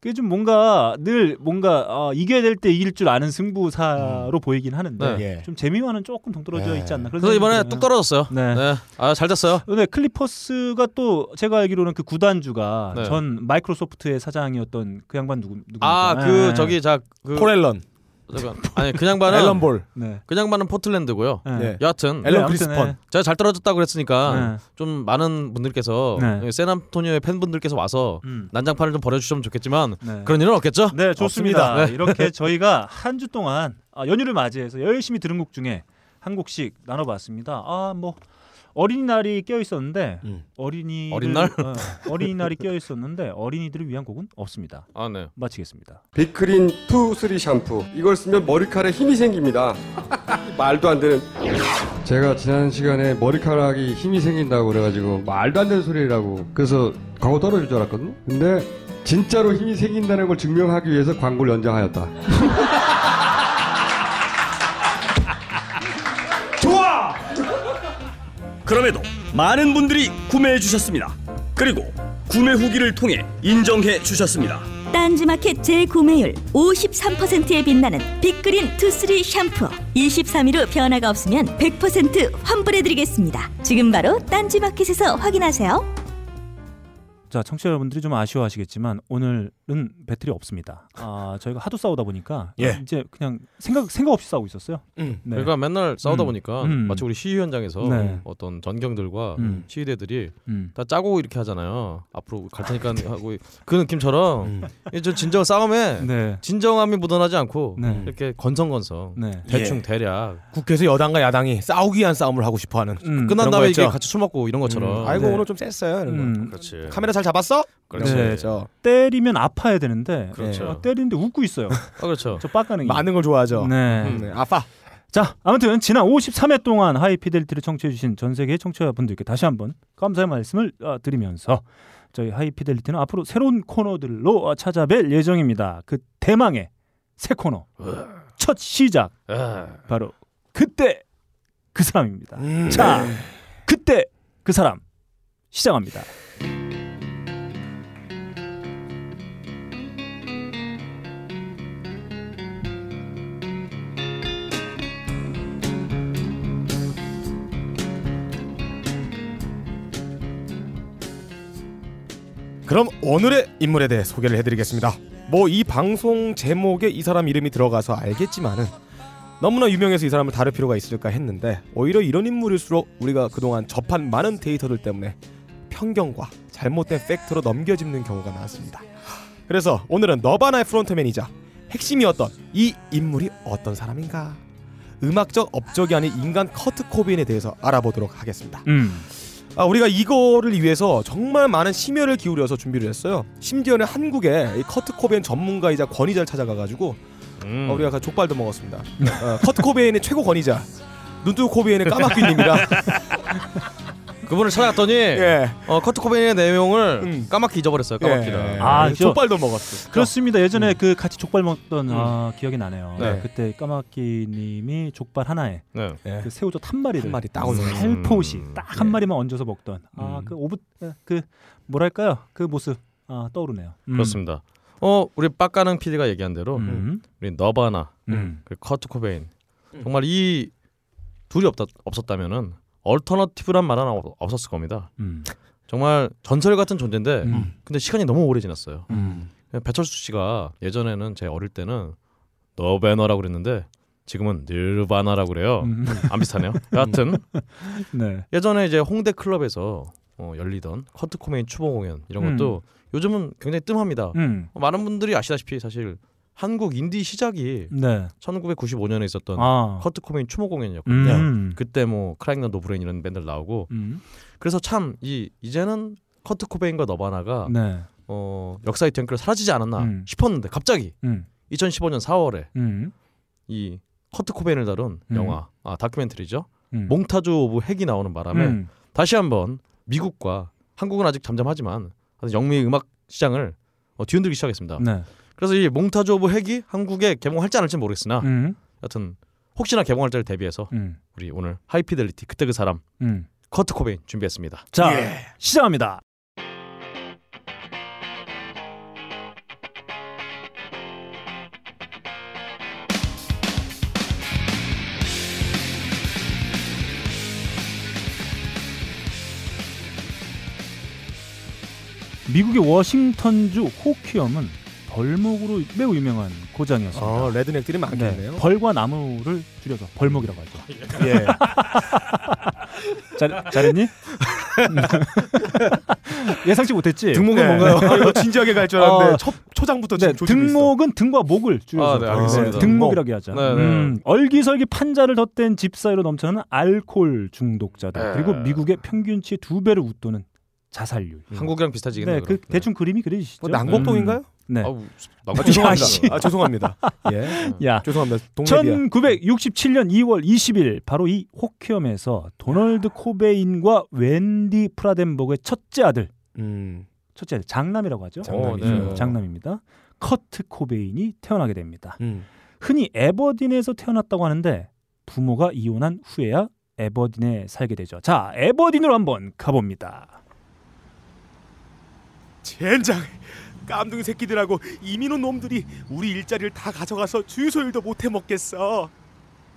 Speaker 1: 그게 좀 뭔가 늘 뭔가 어, 이겨야 될 때 이길 줄 아는 승부사로 보이긴 하는데
Speaker 2: 네.
Speaker 3: 음. 예.
Speaker 1: 좀 재미와는 조금 동떨어져
Speaker 3: 네.
Speaker 1: 있지 않나. 그런
Speaker 2: 그래서 이번에
Speaker 1: 생각이
Speaker 2: 뚝
Speaker 1: 들어요.
Speaker 2: 떨어졌어요.
Speaker 1: 네.
Speaker 2: 네. 아잘 됐어요.
Speaker 1: 근데 클리퍼스가 또 제가 알기로는 그 구단주가
Speaker 2: 네.
Speaker 1: 전 마이크로소프트의 사장이었던 그 양반 누구 누구
Speaker 2: 아 그 아, 저기 자그
Speaker 3: 폴 앨런.
Speaker 2: 잠깐. 아니 그냥 반은
Speaker 3: 앨런 볼.
Speaker 1: 네.
Speaker 2: 그냥 반은 포틀랜드고요.
Speaker 3: 네.
Speaker 2: 여하튼
Speaker 1: 네,
Speaker 3: 앨런
Speaker 1: 아무튼,
Speaker 3: 크리스펀.
Speaker 1: 네.
Speaker 2: 제가 잘 떨어졌다고 그랬으니까
Speaker 1: 네.
Speaker 2: 좀 많은 분들께서
Speaker 1: 네.
Speaker 2: 세남토니오의 팬분들께서 와서
Speaker 1: 음.
Speaker 2: 난장판을 좀 버려주시면 좋겠지만
Speaker 1: 네.
Speaker 2: 그런 일은 없겠죠?
Speaker 1: 네, 좋습니다.
Speaker 2: 없습니다. 네.
Speaker 1: 이렇게 저희가 한 주 동안 아, 연휴를 맞이해서 열심히 들은 곡 중에 한 곡씩 나눠봤습니다. 아, 뭐 어린이날이 껴 있었는데
Speaker 3: 음.
Speaker 1: 어린이
Speaker 2: 어린 날?
Speaker 1: 어, 린이날이껴 있었는데 어린이들을 위한 곡은 없습니다.
Speaker 2: 아 네.
Speaker 1: 마치겠습니다.
Speaker 6: 비크린 투쓰리 샴푸 이걸 쓰면 머리카락에 힘이 생깁니다 말도 안 되는 제가 지난 시간에 머리카락이 힘이 생긴다고 그래가지고 말도 안 되는 소리라고 그래서 광고 떨어질 줄 알았거든요 근데 진짜로 힘이 생긴다는 걸 증명하기 위해서 광고를 연장하였다
Speaker 7: 그럼에도 많은 분들이 구매해 주셨습니다. 그리고 구매 후기를 통해 인정해 주셨습니다.
Speaker 8: 딴지마켓 재구매율 53%에 빛나는 빅그린 투쓰리 샴푸 23일 후 변화가 없으면 100% 환불해드리겠습니다 지금 바로 딴지마켓에서 확인하세요
Speaker 1: 자, 청취자 여러분들이 좀 아쉬워하시겠지만 오늘은 배틀이 없습니다. 아, 저희가 하도 싸우다 보니까
Speaker 3: 예.
Speaker 1: 이제 그냥 생각 생각 없이 싸우고 있었어요.
Speaker 3: 음.
Speaker 1: 네.
Speaker 2: 그러니까 맨날 싸우다
Speaker 1: 음.
Speaker 2: 보니까
Speaker 1: 음.
Speaker 2: 마치 우리 시위 현장에서
Speaker 1: 네.
Speaker 2: 어떤 전경들과
Speaker 1: 음.
Speaker 2: 시위대들이
Speaker 1: 음.
Speaker 2: 다 짜고 이렇게 하잖아요. 앞으로 갈 테니까 하고 그 느낌처럼 이저 진정 싸움에
Speaker 1: 음. 네.
Speaker 2: 진정함이 묻어나지 않고
Speaker 1: 네.
Speaker 2: 이렇게 건성건성
Speaker 1: 네.
Speaker 2: 대충 대략
Speaker 3: 국회에서 여당과 야당이 싸우기 위한 싸움을 하고 싶어하는.
Speaker 1: 음.
Speaker 2: 끝난
Speaker 3: 그런
Speaker 2: 다음에 이게
Speaker 3: 거였죠.
Speaker 2: 같이 술 먹고 이런 것처럼
Speaker 3: 아이고
Speaker 1: 네.
Speaker 3: 오늘 좀 쎘어요. 이런 거.
Speaker 1: 음.
Speaker 2: 음. 그렇지
Speaker 3: 카메라 잘 잡았어?
Speaker 2: 네. 그렇지
Speaker 1: 네.
Speaker 3: 그렇죠.
Speaker 1: 때리면 아파야 되는데
Speaker 2: 그렇죠.
Speaker 1: 어, 때리는데 웃고 있어요.
Speaker 2: 아 그렇죠
Speaker 1: 저 빡가는
Speaker 3: 많은 걸 좋아하죠.
Speaker 1: 네.
Speaker 3: 음, 네. 아빠.
Speaker 1: 자, 아무튼 지난 53회 동안 하이피델리티를 청취해주신 전 세계 청취자분들께 다시 한번 감사의 말씀을 어, 드리면서 저희 하이피델리티는 앞으로 새로운 코너들로 어, 찾아뵐 예정입니다. 그 대망의 새 코너 첫 시작
Speaker 2: 아,
Speaker 1: 바로 그때 그 사람입니다.
Speaker 3: 음.
Speaker 1: 자, 그때 그 사람 시작합니다.
Speaker 3: 그럼 오늘의 인물에 대해 소개를 해드리겠습니다. 뭐 이 방송 제목에 이 사람 이름이 들어가서 알겠지만은 너무나 유명해서 이 사람을 다룰 필요가 있을까 했는데 오히려 이런 인물일수록 우리가 그동안 접한 많은 데이터들 때문에 편견과 잘못된 팩트로 넘겨짚는 경우가 많습니다. 그래서 오늘은 너바나의 프론트맨이자 핵심이었던 이 인물이 어떤 사람인가 음악적 업적이 아닌 인간 커트 코빈에 대해서 알아보도록 하겠습니다.
Speaker 1: 음,
Speaker 3: 아, 우리가 이거를 위해서 정말 많은 심혈을 기울여서 준비를 했어요. 심지어는 한국에 이 커트 코베인 전문가이자 권위자를 찾아가가지고
Speaker 2: 음.
Speaker 3: 어, 우리가 아까 족발도 먹었습니다. 어, 커트 코베인의 최고 권위자 눈뜨고 코베인의 까마귀님이라
Speaker 2: 그분을 찾아갔더니
Speaker 3: 예.
Speaker 2: 어, 커트 코베인의 내용을
Speaker 3: 음.
Speaker 2: 까맣게 잊어버렸어요 까맣게라
Speaker 3: 예.
Speaker 1: 아, 저-
Speaker 3: 족발도 먹었어.
Speaker 1: 그렇습니다. 예전에 그 같이 족발 먹던 아, 기억이 나네요.
Speaker 3: 네.
Speaker 1: 그때 까마귀님이 족발 하나에
Speaker 2: 네.
Speaker 3: 예.
Speaker 1: 그 새우젓 한 마리를
Speaker 3: 한 마리 딱 올려요.
Speaker 1: 살포시
Speaker 2: 음.
Speaker 1: 딱 한 마리만 얹어서 먹던 아
Speaker 2: 음.
Speaker 1: 그 오붓 그 뭐랄까요 그 모습 아 떠오르네요. 음.
Speaker 2: 그렇습니다 어 우리 빡가능 PD가 얘기한 대로
Speaker 1: 음.
Speaker 2: 우리 너바나
Speaker 1: 음.
Speaker 2: 그 커트 코베인 정말 이 둘이 없다, 없었다면은 얼터너티브란 말 하나 없- 없었을 겁니다
Speaker 1: 음.
Speaker 2: 정말 전설 같은 존재인데
Speaker 1: 음.
Speaker 2: 근데 시간이 너무 오래 지났어요
Speaker 1: 음.
Speaker 2: 배철수 씨가 예전에는 제 어릴 때는 너베너라고 그랬는데 지금은 닐바나라고 그래요
Speaker 1: 음.
Speaker 2: 안 비슷하네요 여하튼
Speaker 1: 네.
Speaker 2: 예전에 이제 홍대 클럽에서 어, 열리던 커트 코메인 추모 공연 이런 것도 요즘은 굉장히 뜸합니다.
Speaker 1: 음.
Speaker 2: 많은 분들이 아시다시피 사실 한국 인디 시작이
Speaker 1: 네.
Speaker 2: 1995년에 있었던
Speaker 1: 아.
Speaker 2: 커트 코메인 추모
Speaker 1: 음.
Speaker 2: 공연이었거든요. 어. 네. 그때 뭐 크라잉나 노브레인 이런 밴들 나오고
Speaker 1: 음.
Speaker 2: 그래서 참 이 이제는 커트 코베인과 너바나가
Speaker 1: 네.
Speaker 2: 어, 역사의 뒤안길로 사라지지 않았나
Speaker 1: 음.
Speaker 2: 싶었는데 갑자기
Speaker 1: 음.
Speaker 2: 2015년 4월에
Speaker 1: 음.
Speaker 2: 이 커트 코베인을 다룬
Speaker 1: 음.
Speaker 2: 영화 아 다큐멘터리죠
Speaker 1: 음.
Speaker 2: 몽타주 오브 핵이 나오는 바람에
Speaker 1: 음.
Speaker 2: 다시 한번 미국과 한국은 아직 잠잠하지만 하여튼 영미 음악 시장을 어, 뒤흔들기 시작했습니다.
Speaker 1: 네.
Speaker 2: 그래서 이 몽타주 오브 핵이 한국에 개봉할지 안 할지 모르겠으나
Speaker 1: 음.
Speaker 2: 여튼 혹시나 개봉할 때를 대비해서
Speaker 1: 음.
Speaker 2: 우리 오늘 하이피델리티 그때 그 사람
Speaker 1: 음.
Speaker 2: 커트 코베인 준비했습니다.
Speaker 1: 자
Speaker 3: 예.
Speaker 1: 시작합니다. 미국의 워싱턴주 호키엄은 벌목으로 매우 유명한 고장이었습니다.
Speaker 3: 어,
Speaker 1: 네,
Speaker 3: 레드넥들이 많겠네요.
Speaker 1: 벌과 나무를 줄여서 벌목이라고 하죠.
Speaker 3: 예.
Speaker 1: 잘, 잘했니? 예상치 못했지.
Speaker 3: 등목은
Speaker 1: 네.
Speaker 3: 뭔가요? 아, 이거 진지하게 갈 줄 알았는데
Speaker 1: 어.
Speaker 3: 첫 초장부터
Speaker 1: 네,
Speaker 3: 지금 조심히
Speaker 1: 등목은 등과 목을 줄여서
Speaker 2: 아, 네, 알겠습니다.
Speaker 1: 등목이라고 하자.
Speaker 2: 네, 네.
Speaker 1: 음, 얼기설기 판자를 덧댄 집사이로 넘쳐나는 알코올 중독자들
Speaker 2: 네.
Speaker 1: 그리고 미국의 평균치의 두 배를 웃도는 자살률.
Speaker 2: 한국이랑 비슷하지겠네.
Speaker 1: 네, 그 대충 그림이 그려지시죠.
Speaker 3: 있어. 뭐 난곡동인가요?
Speaker 1: 네.
Speaker 2: 아우,
Speaker 3: 아,
Speaker 2: 낭만-
Speaker 1: 죄송합니다.
Speaker 3: 죄송합니다. 아, 죄송합니다. 예.
Speaker 1: 야,
Speaker 3: 죄송합니다. 동네비야.
Speaker 1: 1967년 2월 20일 바로 이 호키엄에서 도널드 코베인과 웬디 프라덴버그의 첫째 아들,
Speaker 3: 음.
Speaker 1: 첫째 아들 장남이라고 하죠.
Speaker 3: 장남이죠. 네.
Speaker 1: 음, 장남입니다. 커트 코베인이 태어나게 됩니다.
Speaker 3: 음.
Speaker 1: 흔히 에버딘에서 태어났다고 하는데 부모가 이혼한 후에야 에버딘에 살게 되죠. 자, 에버딘으로 한번 가봅니다.
Speaker 3: 젠장. 깜둥이 새끼들하고 이민호 놈들이 우리 일자리를 다 가져가서 주유소 일도 못 해 먹겠어.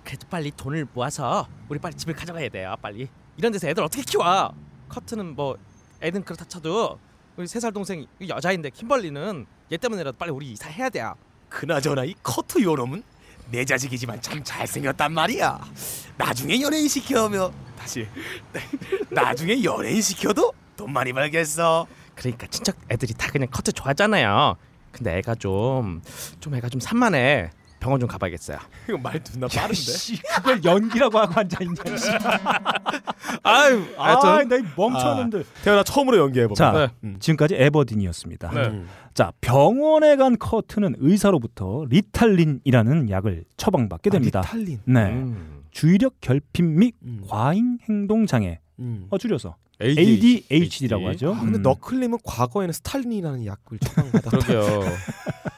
Speaker 9: 그래도 빨리 돈을 모아서 우리 빨리 집을 가져가야 돼요 빨리 이런 데서 애들 어떻게 키워 커트는 뭐 애는 그렇다 쳐도 우리 세 살 동생 이 여자인데 킴벌리는 얘 때문에라도 빨리 우리 이사해야 돼요
Speaker 3: 그나저나 이 커트 요놈은 내 자식이지만 참 잘생겼단 말이야. 나중에 연예인 시켜오며 다시 나중에 연예인 시켜도 돈 많이 벌겠어.
Speaker 9: 그러니까 친척 애들이 다 그냥 커트 좋아하잖아요 근데 애가 좀 좀 애가 좀 산만해 병원 좀 가봐야겠어요
Speaker 3: 이거 말 존나 빠른데.
Speaker 1: 그걸 연기라고 하고 앉아있냐.
Speaker 2: 아유,
Speaker 1: 아,
Speaker 2: 하여튼
Speaker 1: 나이 멍청한들.
Speaker 3: 태어나 처음으로 연기해 봐.
Speaker 1: 자,
Speaker 2: 네.
Speaker 3: 음.
Speaker 1: 지금까지 에버딘이었습니다.
Speaker 2: 네.
Speaker 1: 자, 병원에 간 커트는 의사로부터 리탈린이라는 약을 처방받게 됩니다.
Speaker 3: 탈린.
Speaker 1: 네.
Speaker 2: 아, 음.
Speaker 1: 주의력 결핍 및
Speaker 3: 음.
Speaker 1: 과잉 행동 장애.
Speaker 3: 음.
Speaker 1: 어 줄여서
Speaker 2: ADHD.
Speaker 1: ADHD라고 하죠.
Speaker 3: 아, 근데
Speaker 1: 음.
Speaker 3: 너클림은 과거에는 스탈린이라는 약을 처방받았다.
Speaker 2: 그러게요.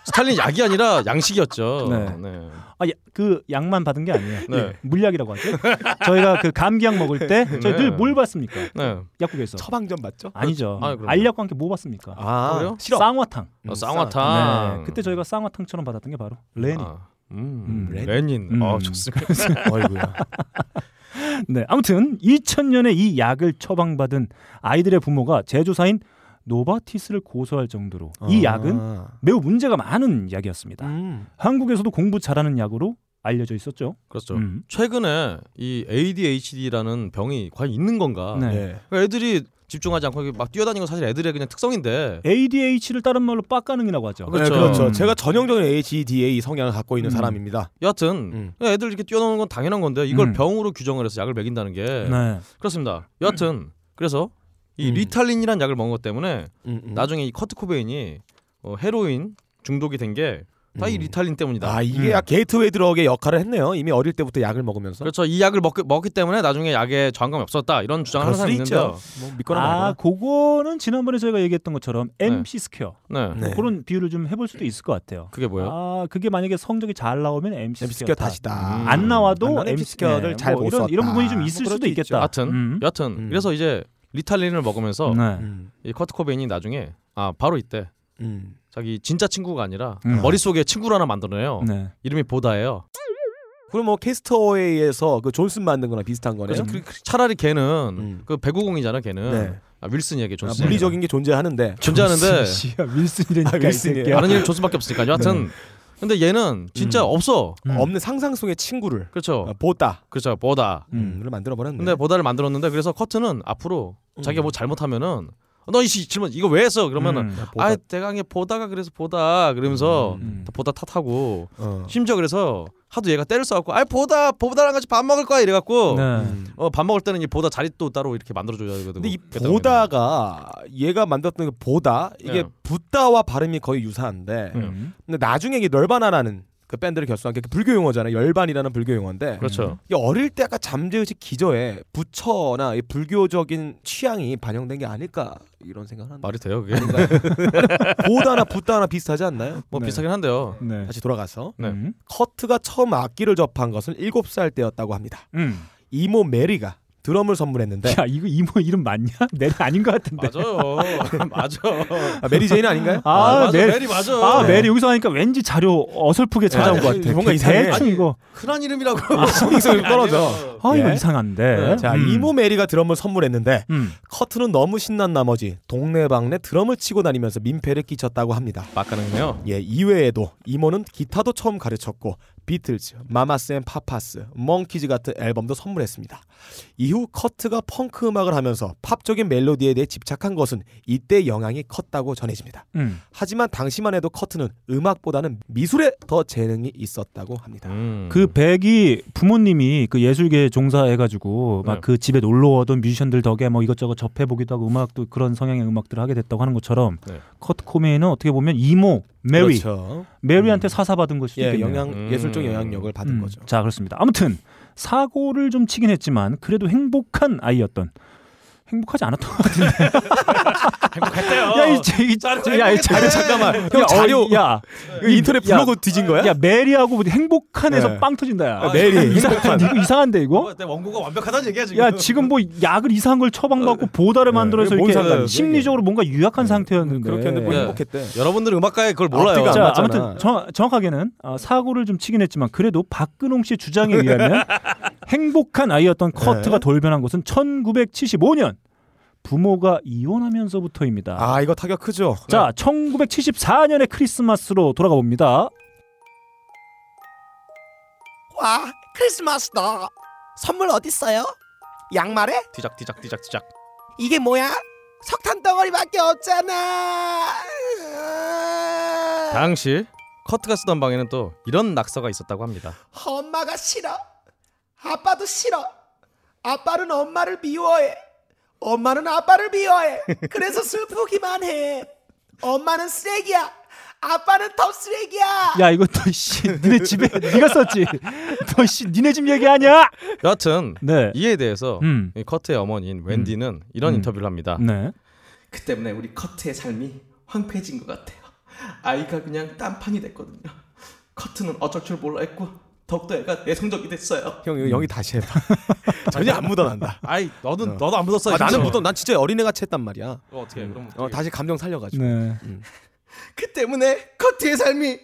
Speaker 2: 스탈린 약이 아니라 양식이었죠.
Speaker 1: 네.
Speaker 2: 네.
Speaker 1: 아, 야- 그 약만 받은 게 아니에요.
Speaker 2: 네.
Speaker 1: 예, 물약이라고 하죠. 저희가 그 감기약 먹을 때 저희
Speaker 2: 네.
Speaker 1: 늘 뭘 봤습니까?
Speaker 2: 네.
Speaker 1: 약국에서.
Speaker 3: 처방전 맞죠?
Speaker 1: 아니죠.
Speaker 2: 아, 그럼요.
Speaker 1: 알약과 함께 뭐 봤습니까?
Speaker 3: 아,
Speaker 2: 그래요?
Speaker 3: 싫어.
Speaker 1: 쌍화탕.
Speaker 2: 어,
Speaker 3: 음,
Speaker 2: 쌍화탕.
Speaker 1: 네. 그때 저희가 쌍화탕처럼 받았던 게 바로 레니.
Speaker 2: 아, 음,
Speaker 1: 음,
Speaker 2: 레닌.
Speaker 1: 음.
Speaker 9: 어,
Speaker 2: 아, 좋습니다.
Speaker 3: 어이구야.
Speaker 1: 네, 아무튼 2000년에 이 약을 처방받은 아이들의 부모가 제조사인 노바티스를 고소할 정도로 이 약은
Speaker 3: 아.
Speaker 1: 매우 문제가 많은 약이었습니다.
Speaker 3: 음.
Speaker 1: 한국에서도 공부 잘하는 약으로 알려져 있었죠.
Speaker 2: 그렇죠.
Speaker 1: 음.
Speaker 2: 최근에 이 ADHD라는 병이 과연 있는 건가?
Speaker 1: 네.
Speaker 3: 네.
Speaker 2: 그러니까 애들이 집중하지 않고 이렇게 막 뛰어다니는 건 사실 애들의 그냥 특성인데
Speaker 1: ADHD를 다른 말로 빡가능이라고 하죠.
Speaker 3: 그렇죠.
Speaker 2: 그렇죠.
Speaker 3: 그렇죠.
Speaker 1: 음.
Speaker 3: 제가 전형적인 ADHD 성향을 갖고 있는
Speaker 1: 음.
Speaker 3: 사람입니다.
Speaker 2: 여하튼
Speaker 3: 음.
Speaker 2: 애들 이렇게 뛰어노는 건 당연한 건데 이걸
Speaker 1: 음.
Speaker 2: 병으로 규정을 해서 약을 먹인다는 게
Speaker 1: 네.
Speaker 2: 그렇습니다. 여하튼 그래서 이
Speaker 3: 음.
Speaker 2: 리탈린이라는 약을 먹은 것 때문에
Speaker 3: 음, 음.
Speaker 2: 나중에 이 커트 코베인이 어, 헤로인 중독이 된 게 다 이
Speaker 3: 음.
Speaker 2: 리탈린 때문이다.
Speaker 3: 아 이게
Speaker 1: 음.
Speaker 3: 약 게이트웨이 드럭의 역할을 했네요. 이미 어릴 때부터 약을 먹으면서
Speaker 2: 그렇죠. 이 약을 먹, 먹기 때문에 나중에 약에 저항감이 없었다 이런 주장을 하는
Speaker 3: 그럴 수도
Speaker 2: 사람이 있는데요.
Speaker 3: 뭐 믿거나
Speaker 1: 아,
Speaker 3: 말거나.
Speaker 1: 그거는 지난번에 저희가 얘기했던 것처럼 MC 스퀘어
Speaker 2: 네.
Speaker 3: 네.
Speaker 1: 뭐 그런 비유를 좀 해볼 수도 있을 것 같아요.
Speaker 2: 그게 뭐예요?
Speaker 1: 아, 그게 만약에 성적이 잘 나오면 MC
Speaker 3: MC
Speaker 1: 스퀘어
Speaker 3: 스퀘어
Speaker 1: 다시
Speaker 3: 다시다.
Speaker 1: 안
Speaker 2: 음.
Speaker 3: 안
Speaker 1: 나와도
Speaker 3: 나오는 MC
Speaker 1: 스퀘어를
Speaker 3: 스퀘어를 잘못
Speaker 1: 이런 이런
Speaker 3: 썼다.
Speaker 1: 부분이 좀
Speaker 3: 뭐
Speaker 1: 있을
Speaker 3: 그럴
Speaker 1: 수도
Speaker 3: 수 있죠.
Speaker 1: 있겠다.
Speaker 2: 여하튼
Speaker 1: 음.
Speaker 2: 여하튼
Speaker 3: 음.
Speaker 2: 그래서 이제 리탈린을 먹으면서
Speaker 1: 네.
Speaker 3: 음.
Speaker 2: 이 커트 코베인이 나중에 아 바로 이때
Speaker 3: 음.
Speaker 2: 자기 진짜 친구가 아니라
Speaker 1: 음.
Speaker 2: 머릿속에 친구를 하나 만들어내요.
Speaker 1: 네.
Speaker 2: 이름이 보다예요.
Speaker 3: 그럼 뭐 캐스터웨이에서 그 존슨 만든 거나 비슷한 거네요.
Speaker 2: 그래서 그- 그- 차라리 걔는
Speaker 3: 음.
Speaker 2: 그 배구공이잖아 걔는
Speaker 3: 네.
Speaker 2: 아, 윌슨이에게
Speaker 3: 아,
Speaker 2: 존슨
Speaker 3: 물리적인 게 존재하는데
Speaker 2: 존재하는데
Speaker 1: 윌슨이라니까
Speaker 3: 아,
Speaker 1: 이
Speaker 3: 윌슨이에요.
Speaker 1: 새끼야.
Speaker 2: 다른 일은 존슨밖에 없으니까 여하튼 근데 얘는 진짜
Speaker 3: 음.
Speaker 2: 없어
Speaker 1: 음.
Speaker 3: 없는 상상 속의 친구를
Speaker 2: 그렇죠
Speaker 3: 아, 보다.
Speaker 2: 그렇죠 보다
Speaker 1: 음.
Speaker 3: 음,를 만들어 버렸네.
Speaker 2: 근데 보다를 만들었는데 그래서 커트는 앞으로 자기가 뭐 잘못하면은 어, 너이 질문 이거 왜 했어 그러면은
Speaker 3: 네,
Speaker 1: 음.
Speaker 2: 아 대강에 보다가 그래서 보다 그러면서
Speaker 1: 음.
Speaker 2: 다 보다 탓하고
Speaker 3: 어.
Speaker 2: 심지어 그래서 하도 얘가 때를 써갖고 아 보다 보다랑 같이 밥 먹을 거야 이래갖고
Speaker 1: 네.
Speaker 3: 음.
Speaker 2: 어, 밥 먹을 때는 이 보다 자리 또 따로 이렇게 만들어줘야 되거든
Speaker 3: 근데 이 보다가 음. 얘가 만들었던 그 보다 이게
Speaker 2: 네.
Speaker 3: 붓다와 발음이 거의 유사한데
Speaker 1: 음.
Speaker 3: 근데 나중에 이게 널바나라는 그 밴드를 결성한 게 불교 용어잖아요. 열반이라는 불교 용어인데
Speaker 2: 그렇죠
Speaker 3: 이게 어릴 때 아까 잠재의식 기저에 부처나 이 불교적인 취향이 반영된 게 아닐까 이런 생각을 한다.
Speaker 2: 말이 돼요 그게
Speaker 3: 보다나 붓다나 비슷하지 않나요?
Speaker 2: 뭐
Speaker 1: 네.
Speaker 2: 비슷하긴 한데요
Speaker 1: 네.
Speaker 3: 다시 돌아가서
Speaker 2: 네.
Speaker 1: 음.
Speaker 3: 커트가 처음 악기를 접한 것은 7살 때였다고 합니다.
Speaker 1: 음.
Speaker 3: 이모 메리가 드럼을 선물했는데
Speaker 1: 야 이거 뭐 이모 이름 맞냐? 내 아닌 것 같은데.
Speaker 9: 맞아요. 맞아.
Speaker 3: 아, 메리 제인 네. 아닌가요?
Speaker 1: 아,
Speaker 9: 맞아.
Speaker 1: 메리.
Speaker 9: 메리 맞아.
Speaker 1: 아
Speaker 3: 네.
Speaker 1: 메리 여기서 하니까 왠지 자료 어설프게 찾아온
Speaker 3: 아니,
Speaker 1: 것 같아.
Speaker 3: 뭔가 이상해.
Speaker 1: 대충 이거
Speaker 2: 흔한 이름이라고.
Speaker 3: 신빙성이 떨어져.
Speaker 9: 아니에요.
Speaker 1: 아 이거
Speaker 3: 예.
Speaker 1: 이상한데.
Speaker 3: 자
Speaker 1: 음.
Speaker 3: 이모 메리가 드럼을 선물했는데
Speaker 1: 음.
Speaker 3: 커트는 너무 신난 나머지 동네방네 드럼을 치고 다니면서 민폐를 끼쳤다고 합니다.
Speaker 2: 막가는군요.
Speaker 3: 예, 이외에도 이모는 기타도 처음 가르쳤고 비틀즈, 마마스 앤 파파스, 멍키즈 같은 앨범도 선물했습니다. 이후 커트가 펑크 음악을 하면서 팝적인 멜로디에 대해 집착한 것은 이때 영향이 컸다고 전해집니다.
Speaker 1: 음.
Speaker 3: 하지만 당시만 해도 커트는 음악보다는 미술에 더 재능이 있었다고 합니다.
Speaker 2: 음.
Speaker 1: 그 백이 부모님이 그 예술계 종사해가지고
Speaker 3: 네.
Speaker 1: 막 그 집에 놀러 오던 뮤지션들 덕에 뭐 이것저것 접해보기도 하고 음악도 그런 성향의 음악들을 하게 됐다고 하는 것처럼
Speaker 2: 네.
Speaker 1: 커트 코메인은 어떻게 보면 이모 메리
Speaker 3: 그렇죠.
Speaker 1: 메리한테 사사받은 것이
Speaker 3: 예,
Speaker 1: 있겠네요.
Speaker 3: 영향
Speaker 2: 음.
Speaker 3: 예술적 영향력을 받은 거죠.
Speaker 1: 자 그렇습니다. 아무튼 사고를 좀 치긴 했지만 그래도 행복한 아이였던 행복하지 않았던 것 같은데.
Speaker 3: 어.
Speaker 9: 행복했대요.
Speaker 1: 야, 이, 제- 이, 야, 이 자료 잠깐만. 형 자료. 야,
Speaker 3: 이거 인터넷 블로그 뒤진 거야?
Speaker 1: 야, 메리하고 행복한에서
Speaker 3: 네.
Speaker 1: 빵 터진다. 야.
Speaker 3: 아, 메리.
Speaker 1: 이상한데 이거 이상한데 이거?
Speaker 9: 어, 내 원고가 완벽하다는 얘기야 지금. 네.
Speaker 1: 야 지금 뭐 약을 이상한 걸 처방받고 보다를 만들어서
Speaker 3: 이게 네. 뭔
Speaker 1: 이렇게
Speaker 3: 상관이야, 이게? 네.
Speaker 1: 심리적으로 뭔가 유약한 상태였는데
Speaker 3: 그렇게 했는데 뭐
Speaker 2: 예.
Speaker 3: 행복했대.
Speaker 2: 여러분들은 음악가에 그걸 몰라요.
Speaker 3: 앞뒤가 안
Speaker 1: 자,
Speaker 3: 맞잖아.
Speaker 1: 아무튼 정, 정확하게는 어, 사고를 좀 치긴 했지만 그래도 박근홍 씨 주장에 의하면 행복한 아이였던
Speaker 3: 네.
Speaker 1: 커트가 돌변한 것은 1975년 부모가 이혼하면서부터입니다.
Speaker 3: 아 네. 이거 타격 크죠.
Speaker 1: 자, 1974년의 크리스마스로 돌아가 봅니다.
Speaker 3: 와 크리스마스다. 선물 어딨어요? 양말에?
Speaker 9: 뒤작 뒤작 뒤작 뒤작.
Speaker 3: 이게 뭐야? 석탄 덩어리밖에 없잖아.
Speaker 2: 당시 커트가 쓰던 방에는 또 이런 낙서가 있었다고 합니다.
Speaker 3: 엄마가 싫어. 아빠도 싫어. 아빠는 엄마를 미워해. 엄마는 아빠를 미워해. 그래서 슬프기만 해. 엄마는 쓰레기야. 아빠는 더 쓰레기야.
Speaker 1: 야, 이거 너씨 니네 집에 네가 썼지. 너씨 니네 집 얘기 아니야?
Speaker 2: 여하튼
Speaker 1: 네.
Speaker 2: 이에 대해서
Speaker 1: 음.
Speaker 2: 이 커트의 어머니인 웬디는 이런
Speaker 1: 음.
Speaker 2: 인터뷰를 합니다.
Speaker 1: 네.
Speaker 10: 그 때문에 우리 커트의 삶이 황폐해진 것 같아요. 아이가 그냥 딴판이 됐거든요. 커트는 어쩔 줄 몰라 했고 더욱더 애가 내성적이 됐어요.
Speaker 3: 형 이거 여기 다시 해봐. 전혀 안 묻어난다. 아,
Speaker 9: 아이 너는 너도 안 묻었어. 진짜.
Speaker 3: 나는 묻어. 난 진짜 어린애같이 했단 말이야.
Speaker 9: 어, 어떻게 해, 그럼
Speaker 3: 어, 다시 감정 살려가지고.
Speaker 1: 네.
Speaker 10: 그 때문에 커트의 삶이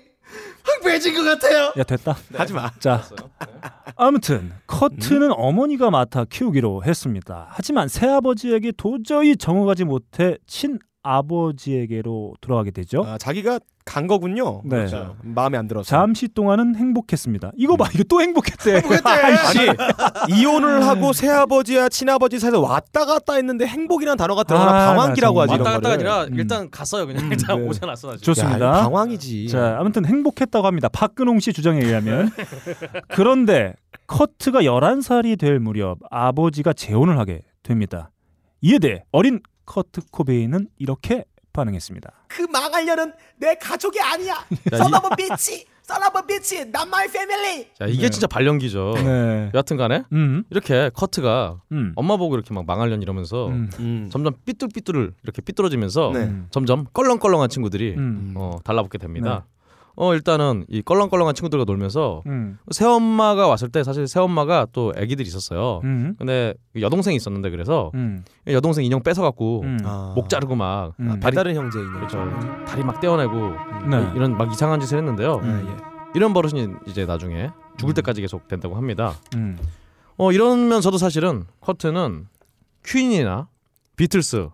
Speaker 10: 황폐해진 것 같아요.
Speaker 1: 야, 됐다.
Speaker 3: 하지 마.
Speaker 1: 자, 아무튼 커트는 어머니가 맡아 키우기로 했습니다. 하지만 새아버지에게 도저히 정어가지 못해 친아버지에게로 돌아가게 되죠.
Speaker 3: 아, 자기가 간 거군요.
Speaker 1: 네.
Speaker 3: 그렇죠. 마음에 안 들어서.
Speaker 1: 잠시 동안은 행복했습니다. 이거 봐, 이거 또 행복했대. 아이씨.
Speaker 3: 아니 이혼을 하고 새아버지와 친아버지 사이에서 왔다 갔다 했는데 행복이란 단어가 들어가나
Speaker 1: 아,
Speaker 3: 방황기라고
Speaker 1: 나
Speaker 3: 하지
Speaker 1: 정말.
Speaker 3: 이런
Speaker 9: 왔다 갔다
Speaker 3: 거를.
Speaker 9: 아니라
Speaker 1: 음.
Speaker 9: 일단 갔어요 그냥 일단
Speaker 1: 네.
Speaker 9: 오지 않았어 나 지금.
Speaker 1: 좋습니다.
Speaker 3: 야, 이거
Speaker 2: 예.
Speaker 3: 방황이지.
Speaker 1: 자, 아무튼 행복했다고 합니다. 박근홍 씨 주장에 의하면. 그런데 커트가 11살이 될 무렵 아버지가 재혼을 하게 됩니다. 이에 대해 어린 커트 코베인은 이렇게 반응했습니다.
Speaker 3: 그 망하려는 내 가족이 아니야.
Speaker 2: 야, 이,
Speaker 3: a bitch, son of a bitch, not my family.
Speaker 2: 야, 이게
Speaker 1: 네.
Speaker 2: 진짜 발령기죠.
Speaker 1: 네.
Speaker 2: 여하튼간에
Speaker 1: 음.
Speaker 2: 이렇게 커트가
Speaker 1: 음.
Speaker 2: 엄마 보고 이렇게 막 망하려니 이러면서
Speaker 1: 음.
Speaker 2: 점점 삐뚤삐뚤을 이렇게 삐뚤어지면서
Speaker 3: 네.
Speaker 1: 음.
Speaker 2: 점점 껄렁껄렁한 친구들이
Speaker 1: 음.
Speaker 2: 어, 달라붙게 됩니다. 어 일단은 이 껄렁껄렁한 친구들과 놀면서
Speaker 1: 음.
Speaker 2: 새엄마가 왔을 때 사실 새엄마가 또 애기들이 있었어요.
Speaker 1: 음.
Speaker 2: 근데 여동생이 있었는데 그래서
Speaker 1: 음.
Speaker 2: 여동생 인형 뺏어갖고
Speaker 1: 음.
Speaker 3: 아,
Speaker 2: 목 자르고 막
Speaker 1: 음.
Speaker 3: 아, 배다른 형제 인형.
Speaker 2: 그렇죠. 다리 막 떼어내고
Speaker 1: 네.
Speaker 2: 이런 막 이상한 짓을 했는데요.
Speaker 1: 음.
Speaker 2: 이런 버릇이 이제 나중에 죽을 때까지 계속 된다고 합니다.
Speaker 1: 음.
Speaker 2: 어 이러면서도 사실은 커트는 퀸이나 비틀스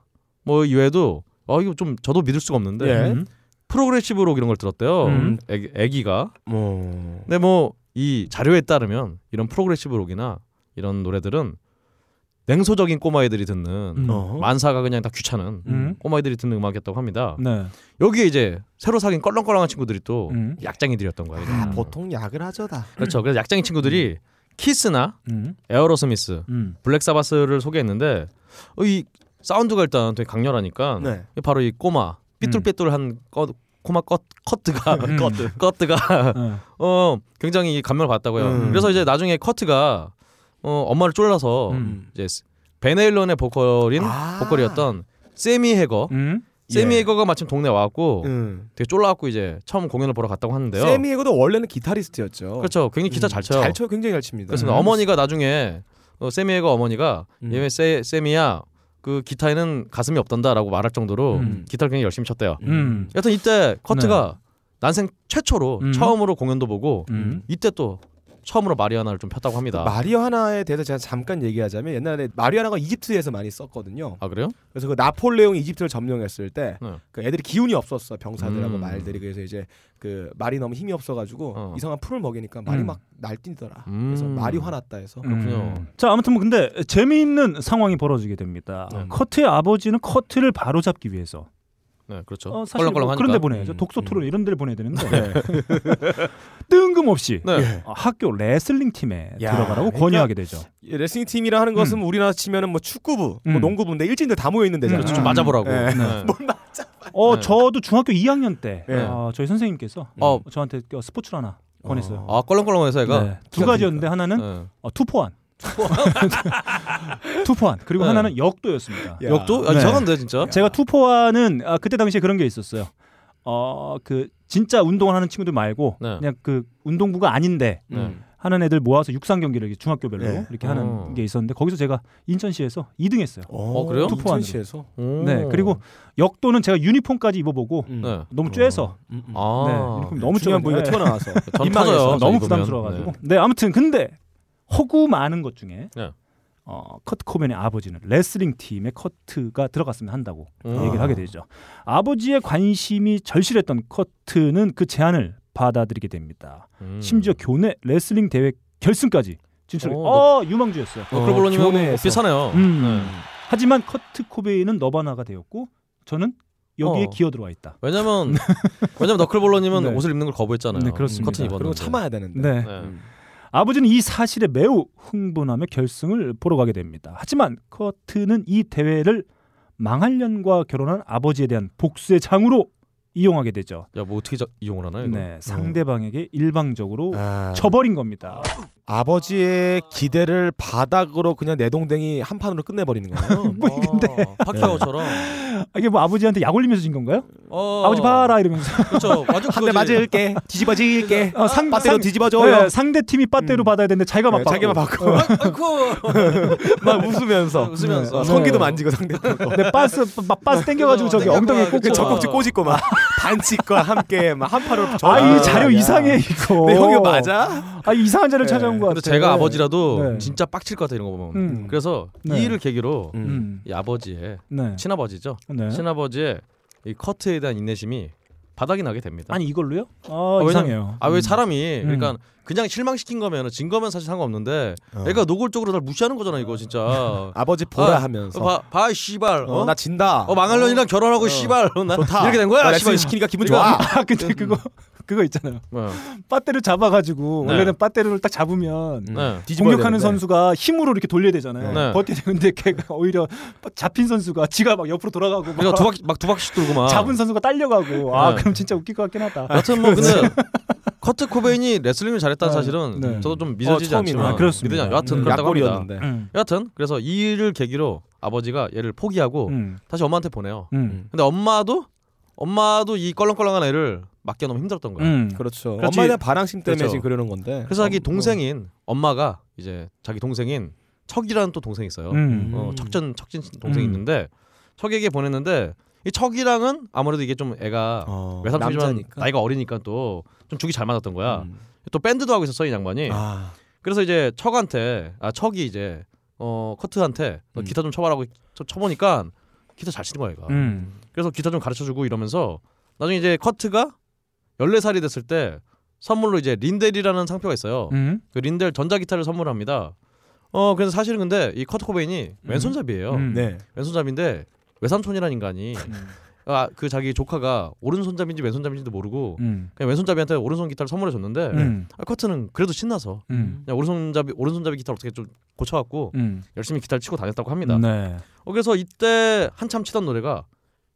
Speaker 2: 뭐 이외에도 아 이거 좀 저도 믿을 수가 없는데
Speaker 3: 예.
Speaker 1: 음.
Speaker 2: 프로그레시브 록 이런 걸 들었대요.
Speaker 1: 음.
Speaker 2: 애기, 애기가
Speaker 3: 뭐.
Speaker 2: 근데 뭐 이 자료에 따르면 이런 프로그레시브 록이나 이런 노래들은 냉소적인 꼬마애들이 듣는
Speaker 1: 음.
Speaker 3: 어.
Speaker 2: 만사가 그냥 다 귀찮은
Speaker 1: 음.
Speaker 2: 꼬마애들이 듣는 음악이었다고 합니다.
Speaker 1: 네.
Speaker 2: 여기에 이제 새로 사귄 껄렁껄렁한 친구들이 또
Speaker 1: 음.
Speaker 2: 약장이들이었던 거예요. 음.
Speaker 3: 아, 보통 약을 하죠다.
Speaker 2: 그렇죠. 그래서 약장이 친구들이 키스나
Speaker 1: 음.
Speaker 2: 에어로스미스,
Speaker 1: 음.
Speaker 2: 블랙사바스를 소개했는데 어, 이 사운드가 일단 되게 강렬하니까
Speaker 3: 네. 음.
Speaker 2: 바로 이 꼬마 삐뚤빼뚤한 꺼, 꼬마 컷, 커트가
Speaker 1: 음.
Speaker 2: 커트 커트가
Speaker 1: 어.
Speaker 2: 어 굉장히 감명을 받았다고요.
Speaker 3: 음.
Speaker 2: 그래서 이제 나중에 커트가 어, 엄마를 쫄라서
Speaker 1: 음.
Speaker 2: 이제 베네일런의 보컬인
Speaker 3: 아.
Speaker 2: 보컬이었던 세미 해거
Speaker 1: 음.
Speaker 2: 세미
Speaker 3: 예.
Speaker 2: 해거가 마침 동네 에 와갖고
Speaker 1: 뭐.
Speaker 3: 음.
Speaker 2: 되게 쫄라갖고 이제 처음 공연을 보러 갔다고 하는데요.
Speaker 3: 세미에고도 원래는 기타리스트였죠.
Speaker 1: 음,
Speaker 2: 그렇죠. 굉장히 기타 잘 쳐요.
Speaker 3: 잘 쳐, 음, 굉장히 잘 칩니다.
Speaker 2: 그렇습니다. 어머니가 나중에 어, 세미애가 어머니가
Speaker 3: 음.
Speaker 2: 얘 세, 세미야 그 기타에는 가슴이 없단다라고 말할 정도로
Speaker 1: 음.
Speaker 2: 기타를 굉장히 열심히 쳤대요.
Speaker 1: 음. 네.
Speaker 2: 여튼 이때 커트가 난생 최초로
Speaker 1: 음.
Speaker 2: 처음으로 공연도 보고
Speaker 1: 음.
Speaker 2: 이때 또 처음으로 마리아나를 좀 폈다고 합니다.
Speaker 3: 마리아나에 대해서 제가 잠깐 얘기하자면 옛날에 마리아나가 이집트에서 많이 썼거든요.
Speaker 2: 아 그래요?
Speaker 3: 그래서 그 나폴레옹이 이집트를 점령했을 때
Speaker 2: 네.
Speaker 3: 그 애들이 기운이 없었어 병사들하고
Speaker 2: 음.
Speaker 3: 말들이 그래서 이제 그 말이 너무 힘이 없어가지고
Speaker 2: 어.
Speaker 3: 이상한 풀을 먹이니까 말이
Speaker 1: 음.
Speaker 3: 막 날뛰더라.
Speaker 2: 음.
Speaker 3: 그래서 말이 화났다 해서
Speaker 2: 그렇군요.
Speaker 1: 자 아무튼 뭐 근데 재미있는 상황이 벌어지게 됩니다.
Speaker 2: 네.
Speaker 1: 커트의 아버지는 커트를 바로잡기 위해서
Speaker 2: 네 그렇죠.
Speaker 1: 어, 사실
Speaker 2: 껄렁껄렁
Speaker 1: 뭐
Speaker 2: 하니까.
Speaker 1: 그런 데 보내야죠.
Speaker 3: 음,
Speaker 1: 독서
Speaker 3: 음.
Speaker 1: 토론 이런 데를 보내야 되는데 뜬금없이
Speaker 2: 네.
Speaker 1: 어, 학교 레슬링 팀에
Speaker 3: 야,
Speaker 1: 들어가라고
Speaker 3: 그러니까
Speaker 1: 권유하게 되죠.
Speaker 3: 이 레슬링 팀이라
Speaker 2: 음.
Speaker 3: 하는 것은 우리나라 치면은 뭐 축구부, 뭐
Speaker 1: 음.
Speaker 3: 농구부인데 일진들 다 모여 있는 데잖아.
Speaker 1: 그렇죠.
Speaker 2: 좀
Speaker 1: 음.
Speaker 2: 맞아보라고.
Speaker 3: 네.
Speaker 2: 네.
Speaker 1: 어
Speaker 2: 네.
Speaker 1: 저도 중학교 2학년 때
Speaker 3: 네.
Speaker 1: 어, 저희 선생님께서
Speaker 2: 어.
Speaker 1: 저한테 그 스포츠를 하나 권했어요.
Speaker 2: 아 껄렁껄렁해서 애가.
Speaker 1: 네, 두 가지였는데 하나는
Speaker 2: 네.
Speaker 1: 어, 투포환. 투포환. 그리고
Speaker 2: 네.
Speaker 1: 하나는 역도였습니다.
Speaker 3: 야.
Speaker 2: 역도 아,
Speaker 1: 네.
Speaker 2: 이상한데 진짜.
Speaker 1: 제가 투포환은 아, 그때 당시에 그런 게 있었어요. 어, 그 진짜 운동을 하는 친구들 말고
Speaker 2: 네.
Speaker 1: 그냥 그 운동부가 아닌데
Speaker 2: 네.
Speaker 1: 하는 애들 모아서 육상 경기를 이렇게 중학교별로
Speaker 3: 네.
Speaker 1: 이렇게 하는
Speaker 2: 어.
Speaker 1: 게 있었는데 거기서 제가 인천시에서 2등했어요.
Speaker 3: 어,
Speaker 2: 그래요?
Speaker 3: 인천시에서.
Speaker 2: 오.
Speaker 1: 네. 그리고 역도는 제가 유니폼까지 입어보고
Speaker 3: 음.
Speaker 2: 네.
Speaker 1: 너무 쬐서
Speaker 3: 음, 음.
Speaker 2: 아.
Speaker 1: 네, 유니폼이 너무
Speaker 3: 중요한
Speaker 1: 쬐가지고
Speaker 3: 부위가
Speaker 1: 네.
Speaker 3: 튀어나와서
Speaker 2: 전
Speaker 1: 민망해서
Speaker 2: 터져요.
Speaker 1: 너무
Speaker 2: 이거 보면.
Speaker 1: 부담스러워가지고.
Speaker 2: 네.
Speaker 1: 네, 아무튼 근데 허구 많은 것 중에
Speaker 2: 네.
Speaker 1: 어, 커트 코벤의 아버지는 레슬링 팀에 커트가 들어갔으면 한다고
Speaker 2: 음.
Speaker 1: 얘기를 하게 되죠. 아버지의 관심이 절실했던 커트는 그 제안을 받아들이게 됩니다.
Speaker 2: 음.
Speaker 1: 심지어 교내 레슬링 대회 결승까지 진출.
Speaker 2: 오,
Speaker 1: 어, 유망주였어요.
Speaker 2: 노클볼로님하고 뭐
Speaker 3: 교내에서.
Speaker 2: 비슷하네요.
Speaker 1: 음. 하지만 커트 코베이는 너바나가 되었고 저는 여기에
Speaker 2: 어.
Speaker 1: 기어 들어와 있다.
Speaker 2: 왜냐면 왜냐면 너클볼로님은
Speaker 1: 네.
Speaker 2: 옷을 입는 걸 거부했잖아요.
Speaker 1: 네, 그렇습니다.
Speaker 2: 커튼
Speaker 3: 음.
Speaker 2: 입었는데.
Speaker 3: 그런 거 참아야 되는데.
Speaker 1: 네.
Speaker 2: 네.
Speaker 3: 음.
Speaker 1: 아버지는 이 사실에 매우 흥분하며 결승을 보러 가게 됩니다. 하지만 커트는 이 대회를 망할 년과 결혼한 아버지에 대한 복수의 장으로 이용하게 되죠.
Speaker 2: 야, 뭐 어떻게 자- 이용을 하나요? 이거?
Speaker 1: 네, 상대방에게 일방적으로
Speaker 3: 음. 아.
Speaker 1: 쳐버린 겁니다.
Speaker 3: 아버지의 기대를 바닥으로 그냥 내동댕이 한 판으로 끝내버리는 거예요.
Speaker 1: 뭐 근데
Speaker 2: 어, 파키아오처럼.
Speaker 1: 아, 이게 뭐 아버지한테 약 올리면서 진 건가요?
Speaker 2: 어.
Speaker 1: 아버지 봐라 이러면서
Speaker 2: 그렇죠. 완전
Speaker 3: 한 대
Speaker 2: 그거지.
Speaker 3: 맞을게, 뒤집어질게,
Speaker 1: 어, 상-
Speaker 3: 빠대로
Speaker 1: 상-
Speaker 3: 뒤집어줘요.
Speaker 1: 네, 상대 팀이 빠대로
Speaker 3: 음.
Speaker 1: 받아야 되는데 자기가 막
Speaker 3: 네,
Speaker 1: 받고. 어,
Speaker 3: 자기만 받고 막 웃으면서
Speaker 2: 웃으면서. 네.
Speaker 3: 어, 성기도 만지고 상대 거.
Speaker 1: 네, 빠스 막 빠스 땡겨가지고 저기
Speaker 2: 땡겨봐,
Speaker 1: 엉덩이에 꽂고 아.
Speaker 2: 그쵸.
Speaker 3: 네. 젖꼭지 꼬집고 막 반칙과 함께 막한 팔로 저.
Speaker 1: 아이 자료 이상해 이거.
Speaker 3: 내 네, 형이 이거 맞아? 네.
Speaker 1: 아 이상한 자료 를 찾아온 네. 거 같아.
Speaker 2: 근데 제가 아버지라도
Speaker 1: 네.
Speaker 2: 진짜 빡칠 것 같아 이런 거 보면.
Speaker 1: 음.
Speaker 2: 그래서
Speaker 1: 네.
Speaker 2: 이 일을 계기로
Speaker 1: 음.
Speaker 2: 이 아버지의
Speaker 1: 네.
Speaker 2: 친아버지죠.
Speaker 1: 네.
Speaker 2: 친아버지의 이 커트에 대한 인내심이 바닥이 나게 됩니다.
Speaker 1: 아니 이걸로요? 아
Speaker 2: 왜냐면-
Speaker 1: 이상해요.
Speaker 2: 아 왜 사람이
Speaker 1: 음.
Speaker 2: 그러니까 그냥 실망시킨 거면 진 거면 사실 상관없는데 애가 노골적으로 날 무시하는 거잖아 이거 진짜
Speaker 3: 아버지 보라
Speaker 2: 아,
Speaker 3: 하면서
Speaker 2: 어, 봐, 봐, 이 씨발. 어,
Speaker 3: 어, 나 진다.
Speaker 2: 어 망할년이랑 결혼하고 씨발. 어, 나
Speaker 3: 좋다. 아,
Speaker 2: 이렇게 된 거야.
Speaker 3: 나
Speaker 2: 씨발.
Speaker 3: 레슨 시키니까 기분 좋아.
Speaker 1: 아 근데 그거 그거 있잖아요.
Speaker 2: 어,
Speaker 1: 빠떼를 잡아가지고
Speaker 2: 네.
Speaker 1: 원래는 빠떼를 딱 잡으면
Speaker 2: 네.
Speaker 3: 음. 뒤집어야
Speaker 1: 공격하는
Speaker 3: 되는데.
Speaker 1: 선수가 힘으로 이렇게 돌려야 되잖아요.
Speaker 2: 네.
Speaker 1: 버텨야 되는데 걔가 오히려 잡힌 선수가 지가 막 옆으로 돌아가고 막
Speaker 2: 그러니까 두 바퀴 막두 바퀴씩 돌고 막.
Speaker 1: 잡은 선수가 딸려가고 아
Speaker 2: 네.
Speaker 1: 그럼 진짜 웃길 것 같긴 하다.
Speaker 2: 여튼 뭐 근데 커트 코베인이 레슬링을 잘했다는
Speaker 1: 네.
Speaker 2: 사실은
Speaker 1: 네.
Speaker 2: 저도 좀 믿어지지
Speaker 3: 어, 처음이네.
Speaker 2: 않지만
Speaker 1: 아, 그렇습니다.
Speaker 2: 믿으지 않- 여하튼
Speaker 1: 음,
Speaker 2: 그렇다고 합니다.
Speaker 3: 약골이었는데.
Speaker 1: 음.
Speaker 2: 여하튼 그래서 이 일을 계기로 아버지가 얘를 포기하고
Speaker 1: 음.
Speaker 2: 다시 엄마한테 보내요.
Speaker 1: 음.
Speaker 2: 근데 엄마도 엄마도 이 껄렁껄렁한 애를 맡겨 놓으면 힘들었던 거야.
Speaker 1: 음.
Speaker 3: 그렇죠.
Speaker 1: 그렇지.
Speaker 3: 엄마에 대한 반항심 때문에
Speaker 2: 그렇죠.
Speaker 3: 지금 그러는 건데.
Speaker 2: 그래서 자기
Speaker 3: 어,
Speaker 2: 동생인 엄마가 이제 자기 동생인 척이라는 또 동생이 있어요.
Speaker 1: 음.
Speaker 2: 어,
Speaker 3: 음.
Speaker 2: 척전 척진 동생이
Speaker 1: 음.
Speaker 2: 있는데 척에게 보냈는데 이 척이랑은 아무래도 이게 좀 애가
Speaker 3: 어,
Speaker 2: 외삼촌이지만
Speaker 3: 남자니까.
Speaker 2: 나이가 어리니까 또 좀 죽이 잘 맞았던 거야.
Speaker 3: 음.
Speaker 2: 또 밴드도 하고 있었어 이 양반이.
Speaker 3: 아,
Speaker 2: 그래서 이제 척한테 아 척이 이제 어 커트한테 너
Speaker 3: 음.
Speaker 2: 기타 좀 쳐봐라고 쳐- 쳐보니까 기타 잘 치는 거야 얘가.
Speaker 1: 음.
Speaker 2: 그래서 기타 좀 가르쳐주고 이러면서 나중에 이제 커트가 14살이 됐을 때 선물로 이제 린델이라는 상표가 있어요.
Speaker 1: 음.
Speaker 2: 그 린델 전자기타를 선물합니다. 어 그래서 사실은 근데 이 커트 코베인이 왼손잡이에요.
Speaker 1: 음.
Speaker 3: 네.
Speaker 2: 왼손잡인데 외삼촌이라는 인간이 아 그 자기 조카가 오른손잡인지 왼손잡인지도 모르고
Speaker 1: 음.
Speaker 2: 그냥 왼손잡이한테 오른손 기타를 선물해 줬는데
Speaker 1: 음.
Speaker 2: 아, 커트는 그래도 신나서
Speaker 1: 음.
Speaker 2: 그냥 오른손잡이 오른손잡이 기타 를 어떻게 좀 고쳐갖고
Speaker 1: 음.
Speaker 2: 열심히 기타를 치고 다녔다고 합니다.
Speaker 1: 네.
Speaker 2: 어, 그래서 이때 한참 치던 노래가